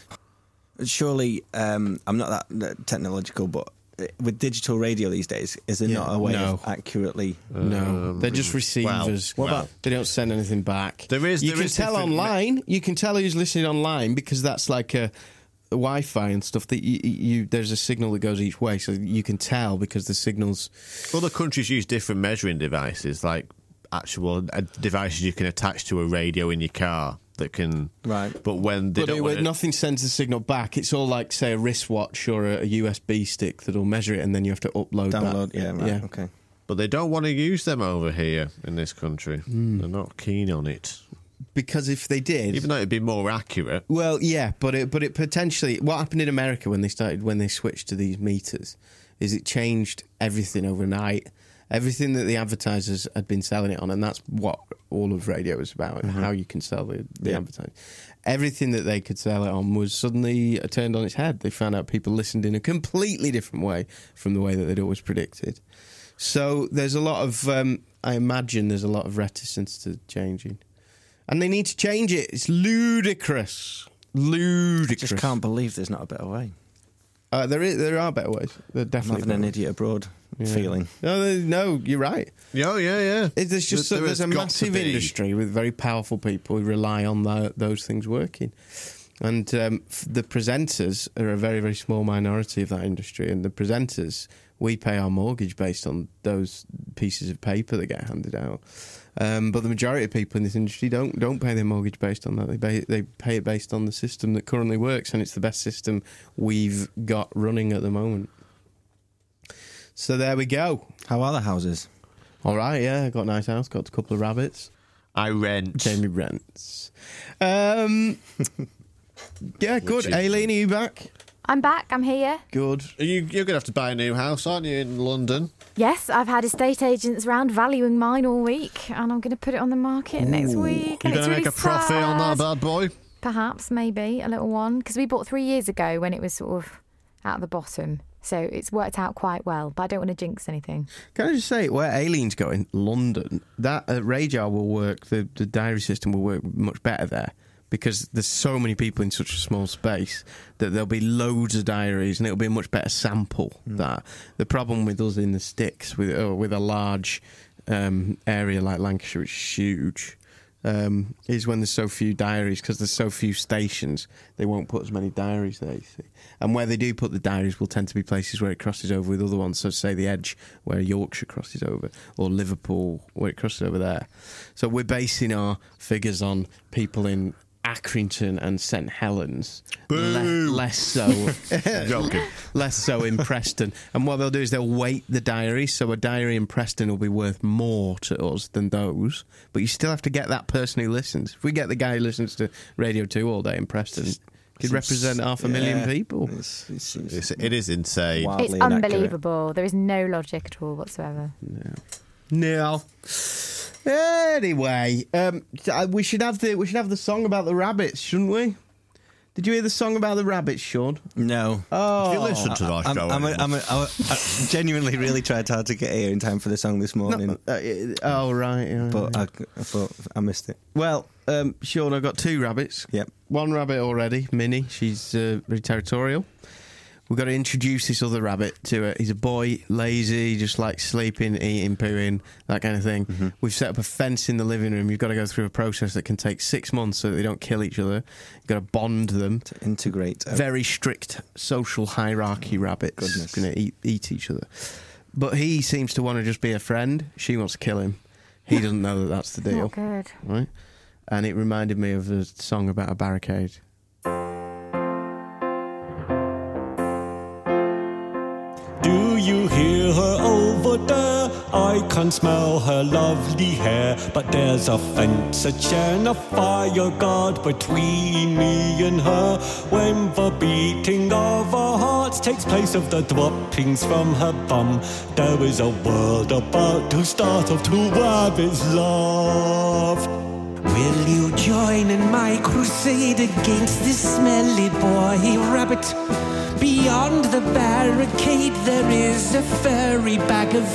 [SPEAKER 3] surely um, I'm not that, that technological, but uh, with digital radio these days, is there
[SPEAKER 1] Yeah,
[SPEAKER 3] not a way
[SPEAKER 1] no.
[SPEAKER 3] of accurately?
[SPEAKER 1] No, they're just receivers.
[SPEAKER 2] Um, well, What well. about-
[SPEAKER 1] They don't send anything back.
[SPEAKER 2] There is-
[SPEAKER 1] You
[SPEAKER 2] there
[SPEAKER 1] can
[SPEAKER 2] is
[SPEAKER 1] tell
[SPEAKER 2] different me-
[SPEAKER 1] online. you can tell who's listening online because that's like a. Wi-Fi and stuff that you, you there's a signal that goes each way, so you can tell because the signals
[SPEAKER 2] Other countries use different measuring devices, like actual uh, devices you can attach to a radio in your car that can.
[SPEAKER 3] Right.
[SPEAKER 2] But when they
[SPEAKER 1] but
[SPEAKER 2] don't
[SPEAKER 1] it-
[SPEAKER 2] want to,
[SPEAKER 1] nothing sends the signal back. It's all like, say, a wristwatch or a, a USB stick that'll measure it, and then you have to upload,
[SPEAKER 3] Download,
[SPEAKER 1] that.
[SPEAKER 3] yeah, right, okay.
[SPEAKER 2] but they don't want to use them over here in this country.
[SPEAKER 1] Hmm.
[SPEAKER 2] They're not keen on it,
[SPEAKER 1] Because if they did,
[SPEAKER 2] even though it'd be more accurate.
[SPEAKER 1] well, yeah, but it, but it potentially what happened in America when they started when they switched to these meters is it changed everything overnight. Everything that the advertisers had been selling it on, and that's what all of radio is about, and how you can sell the, the advertising. Everything that they could sell it on was suddenly uh, turned on its head. They found out people listened in a completely different way from the way that they'd always predicted. So there's a lot of, um, I imagine, there's a lot of reticence to changing, and they need to change it. It's ludicrous, ludicrous.
[SPEAKER 3] Just can't believe there's not a better way.
[SPEAKER 1] Uh, there is, there are better ways. There
[SPEAKER 3] I'm
[SPEAKER 1] definitely
[SPEAKER 3] having an
[SPEAKER 1] better
[SPEAKER 3] idiot abroad
[SPEAKER 1] ways. Yeah.
[SPEAKER 3] feeling.
[SPEAKER 1] No, there- no, you're right.
[SPEAKER 2] Yeah, oh, yeah, yeah.
[SPEAKER 1] It- There's just
[SPEAKER 2] There- there
[SPEAKER 1] there's
[SPEAKER 2] has
[SPEAKER 1] a
[SPEAKER 2] got to
[SPEAKER 1] massive
[SPEAKER 2] be.
[SPEAKER 1] industry with very powerful people who rely on tho- those things working, and um, f- the presenters are a very very small minority of that industry. And the presenters, we pay our mortgage based on those pieces of paper that get handed out. Um, but the majority of people in this industry don't don't pay their mortgage based on that. They pay, they pay it based on the system that currently works, and it's the best system we've got running at the moment. So there we go.
[SPEAKER 3] How are the houses?
[SPEAKER 1] All right, yeah, got a nice house, got a couple of rabbits.
[SPEAKER 2] I rent.
[SPEAKER 1] Jamie rents. Um, yeah,
[SPEAKER 2] Which
[SPEAKER 1] good.
[SPEAKER 2] is-
[SPEAKER 1] Aileen, are you back?
[SPEAKER 4] I'm back. I'm here.
[SPEAKER 1] Good.
[SPEAKER 2] You, you're gonna have to buy a new house, aren't you, in London?
[SPEAKER 4] Yes, I've had estate agents round valuing mine all week, and I'm going to put it on the market next week.
[SPEAKER 2] You're
[SPEAKER 4] and it's
[SPEAKER 2] gonna
[SPEAKER 4] really
[SPEAKER 2] make a profit on
[SPEAKER 4] sad.
[SPEAKER 2] that bad boy.
[SPEAKER 4] Perhaps, maybe a little one, because we bought three years ago when it was sort of at the bottom. So it's worked out quite well, but I don't want to jinx anything.
[SPEAKER 1] Can I just say where Aileen's going? London. That uh, radar will work. The the diary system will work much better there because there's so many people in such a small space that there'll be loads of diaries and it'll be a much better sample. That the problem with us in the sticks with uh, with a large um, area like Lancashire, it's huge. Um, is when there's so few diaries because there's so few stations, they won't put as many diaries there. You see, and where they do put the diaries will tend to be places where it crosses over with other ones. So, say the Edge, where Yorkshire crosses over, or Liverpool, where it crosses over there. So, we're basing our figures on people in Accrington and St Helens, le- less so
[SPEAKER 2] Joking.
[SPEAKER 1] less so in Preston. And what they'll do is they'll weight the diary, so a diary in Preston will be worth more to us than those. But you still have to get that person who listens. If we get the guy who listens to Radio Two all day in Preston, it could represent half a million
[SPEAKER 3] Yeah.
[SPEAKER 1] people.
[SPEAKER 3] It's, it's, it's-
[SPEAKER 2] It's, it is insane.
[SPEAKER 3] Wow.
[SPEAKER 4] It's
[SPEAKER 3] Oddly inaccurate.
[SPEAKER 4] unbelievable. There is no logic at all whatsoever.
[SPEAKER 1] No. Anyway, um, I- we should have the we should have the song about the rabbits, shouldn't we? Did you hear the song about the rabbits, Sean?
[SPEAKER 3] No.
[SPEAKER 1] Oh.
[SPEAKER 2] If you listen to that
[SPEAKER 3] I'm,
[SPEAKER 2] show,
[SPEAKER 3] I'm, a,
[SPEAKER 2] Emma,
[SPEAKER 3] I'm, a, I'm a, I genuinely really tried hard to get here in time for the song this morning,
[SPEAKER 1] Uh, it- oh right, yeah,
[SPEAKER 3] but uh,
[SPEAKER 1] yeah.
[SPEAKER 3] I, but I missed it.
[SPEAKER 1] well, um, Sean, I've got two rabbits.
[SPEAKER 3] Yep.
[SPEAKER 1] One rabbit already, Minnie. She's uh, very territorial. We've got to introduce this other rabbit to her. He's a boy, lazy, just like sleeping, eating, pooing, that kind of thing. We've set up a fence in the living room. You've got to go through a process that can take six months so that they don't kill each other. You've got to bond them.
[SPEAKER 3] To integrate. a-
[SPEAKER 1] Very strict social hierarchy rabbits.
[SPEAKER 3] Oh. goodness.
[SPEAKER 1] Going to eat, eat each other. But he seems to want to just be a friend. She wants to kill him. He doesn't know that that's the deal
[SPEAKER 4] Not good.
[SPEAKER 1] right? And it reminded me of a song about a barricade.
[SPEAKER 6] hear her over there. I can smell her lovely hair, but there's a fence, a chair, and a fire guard between me and her. When the beating of her heart takes place of the droppings from her bum, there is a world about to start of two rabbits' love. Will you join in my crusade against this smelly boy rabbit? Beyond the barricade, there is a furry bag of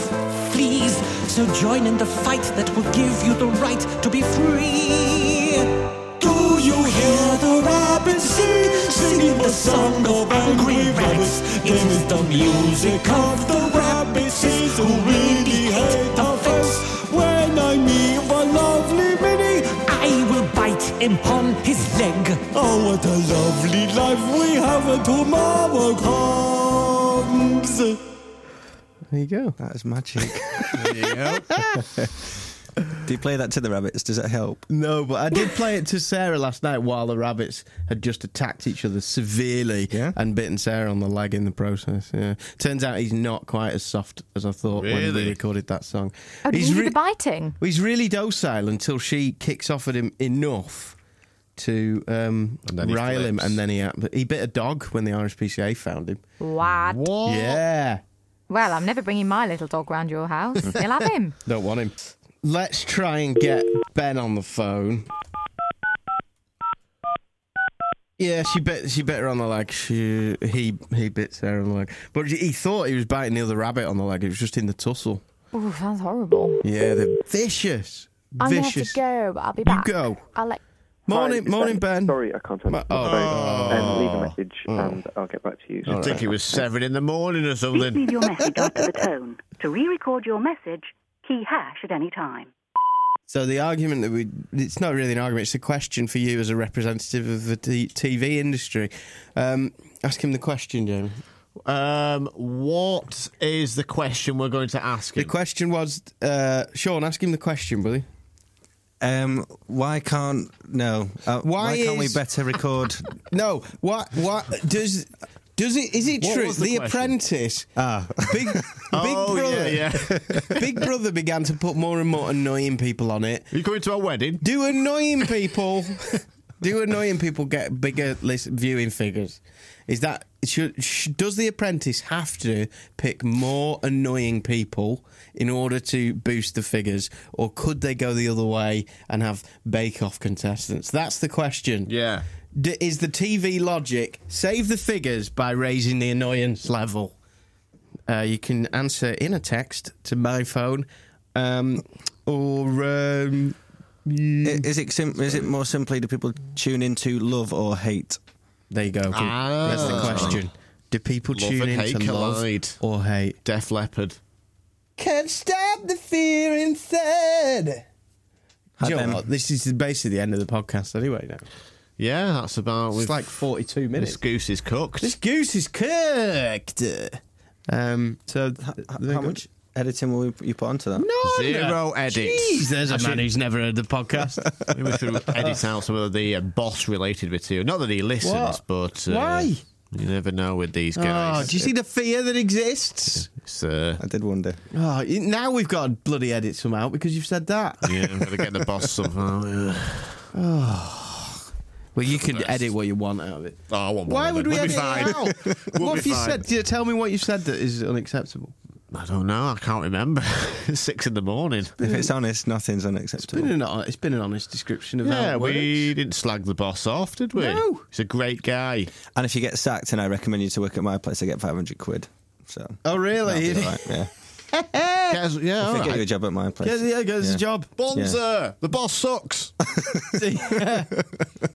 [SPEAKER 6] fleas. So join in the fight that will give you the right to be free. Do you hear the rabbits sing, singing the song of angry rabbits? It is the music of the rabbits who really hate our face. When I meet the lovely Minnie, I will bite him on his leg. Oh, what a lovely life we have when tomorrow comes.
[SPEAKER 1] There you go.
[SPEAKER 3] Oh, That is magic.
[SPEAKER 2] Yep.
[SPEAKER 3] Do you play that to the rabbits? Does it help?
[SPEAKER 1] No, but I did play it to Sarah last night while the rabbits had just attacked each other severely
[SPEAKER 3] Yeah?
[SPEAKER 1] and bitten Sarah on the leg in the process. Yeah. Turns out he's not quite as soft as I thought when we
[SPEAKER 2] Really?
[SPEAKER 1] recorded that song.
[SPEAKER 4] Oh, did
[SPEAKER 1] he's,
[SPEAKER 4] you do
[SPEAKER 1] re-
[SPEAKER 4] the biting?
[SPEAKER 1] he's really docile until she kicks off at him enough to um,
[SPEAKER 2] And then he
[SPEAKER 1] rile him,
[SPEAKER 2] flips.
[SPEAKER 1] and then he he bit a dog when the RSPCA found him.
[SPEAKER 4] What?
[SPEAKER 2] What?
[SPEAKER 1] Yeah.
[SPEAKER 4] Well, I'm never bringing my little dog round your house. You'll have him.
[SPEAKER 1] Don't want him. Let's try and get Ben on the phone. Yeah, she bit she bit her on the leg. She he he bit her on the leg, but he thought he was biting the other rabbit on the leg. It was just in the tussle.
[SPEAKER 4] Ooh, sounds horrible.
[SPEAKER 1] Yeah, they're vicious,
[SPEAKER 4] I'm gonna have
[SPEAKER 1] vicious.
[SPEAKER 4] to go, but I'll be
[SPEAKER 1] You
[SPEAKER 4] back.
[SPEAKER 1] go.
[SPEAKER 4] I'll let.
[SPEAKER 1] Morning,
[SPEAKER 7] Hi, is
[SPEAKER 1] morning,
[SPEAKER 7] that-
[SPEAKER 1] Ben.
[SPEAKER 7] Sorry, I can't answer.
[SPEAKER 1] Ma-
[SPEAKER 7] the
[SPEAKER 1] oh.
[SPEAKER 7] phone. Um, leave
[SPEAKER 2] Oh.
[SPEAKER 7] a message and I'll get back to you.
[SPEAKER 2] I think it was seven in the morning or
[SPEAKER 8] Please
[SPEAKER 2] something.
[SPEAKER 8] leave your message after the tone. To re-record your message, key hash at any time.
[SPEAKER 1] So the argument that we it's not really an argument, it's a question for you as a representative of the t- TV industry. Um, ask him the question, Jamie.
[SPEAKER 2] Um, what is the question we're going to ask
[SPEAKER 1] The
[SPEAKER 2] him?
[SPEAKER 1] question was, uh, Sean, ask him the question, will you?
[SPEAKER 3] Um, why can't no? Uh,
[SPEAKER 1] Why
[SPEAKER 3] can't we
[SPEAKER 1] is- Hmm.
[SPEAKER 3] better record?
[SPEAKER 1] No, what what does does it is it
[SPEAKER 2] What
[SPEAKER 1] true?
[SPEAKER 2] was
[SPEAKER 1] The,
[SPEAKER 2] the question?
[SPEAKER 1] Apprentice, big big
[SPEAKER 2] oh,
[SPEAKER 1] brother,
[SPEAKER 2] yeah, yeah.
[SPEAKER 1] big brother began to put more and more annoying people on it.
[SPEAKER 2] you coming to our wedding?
[SPEAKER 1] Do annoying people, do annoying people get bigger list viewing figures? Is that should, sh does the Apprentice have to pick more annoying people in order to boost the figures, or could they go the other way and have Bake Off contestants? That's the question.
[SPEAKER 2] Yeah.
[SPEAKER 1] D- is the TV logic save the figures by raising the annoyance level? Uh, you can answer in a text to my phone, um, or um,
[SPEAKER 3] I- is it sim- is it more simply do people tune into love or hate?
[SPEAKER 1] there you go.
[SPEAKER 2] Ah.
[SPEAKER 1] That's the question. Do people
[SPEAKER 2] Love
[SPEAKER 1] tune
[SPEAKER 2] and
[SPEAKER 1] in
[SPEAKER 2] hate
[SPEAKER 1] to
[SPEAKER 2] collide.
[SPEAKER 1] love or hate?
[SPEAKER 2] Def Leopard.
[SPEAKER 1] Can't stop the fear inside. Do you know
[SPEAKER 3] Ben.
[SPEAKER 1] what? This is basically the end of the podcast anyway. Now
[SPEAKER 2] Yeah, that's about.
[SPEAKER 1] it's
[SPEAKER 2] we've-
[SPEAKER 1] like forty-two minutes.
[SPEAKER 2] this goose is cooked.
[SPEAKER 1] This goose is cooked. Um, so there you
[SPEAKER 3] How
[SPEAKER 1] go.
[SPEAKER 3] much editing will you- you put onto that?
[SPEAKER 1] No,
[SPEAKER 2] Zero edits.
[SPEAKER 1] Jeez, there's a man who's never heard the podcast.
[SPEAKER 2] Maybe we should edit out some of the uh, boss related bits here. Not that he listens,
[SPEAKER 1] What?
[SPEAKER 2] but. Uh,
[SPEAKER 1] Why?
[SPEAKER 2] You never know with these
[SPEAKER 1] oh,
[SPEAKER 2] guys.
[SPEAKER 1] do you see the fear that exists?
[SPEAKER 2] It's, uh,
[SPEAKER 3] I did wonder.
[SPEAKER 1] Oh, y- now we've got to bloody edit some out because you've said that.
[SPEAKER 2] yeah, I'm going to get the boss somehow. yeah.
[SPEAKER 1] Well, you can
[SPEAKER 2] best.
[SPEAKER 1] edit what you want out of it.
[SPEAKER 2] Oh, I won't
[SPEAKER 1] Why
[SPEAKER 2] bother
[SPEAKER 1] would
[SPEAKER 2] then.
[SPEAKER 1] we
[SPEAKER 2] We'll be
[SPEAKER 1] edit it
[SPEAKER 2] fine.
[SPEAKER 1] out?
[SPEAKER 2] We'll
[SPEAKER 1] what
[SPEAKER 2] be
[SPEAKER 1] have you
[SPEAKER 2] fine.
[SPEAKER 1] said? Yeah, Tell me what you said that is unacceptable.
[SPEAKER 2] I don't know. I can't remember. It's Six in the morning.
[SPEAKER 3] If it's honest, nothing's
[SPEAKER 1] It's been
[SPEAKER 3] unacceptable.
[SPEAKER 1] an, hon- it's been an honest description of how
[SPEAKER 2] Yeah,
[SPEAKER 1] it
[SPEAKER 2] we
[SPEAKER 1] works.
[SPEAKER 2] didn't slag the boss off, did we?
[SPEAKER 1] No.
[SPEAKER 2] He's a great guy.
[SPEAKER 3] And if you get sacked, and I recommend you to work at my place, I get five hundred quid. So.
[SPEAKER 1] Oh,
[SPEAKER 3] that'll
[SPEAKER 1] really?
[SPEAKER 3] be all right, yeah.
[SPEAKER 2] Get us- yeah, all
[SPEAKER 3] If I get you a
[SPEAKER 2] right.
[SPEAKER 3] job at my place.
[SPEAKER 1] Yeah, yeah, goes
[SPEAKER 3] Yeah.
[SPEAKER 1] the job.
[SPEAKER 2] Bonzer, the boss sucks.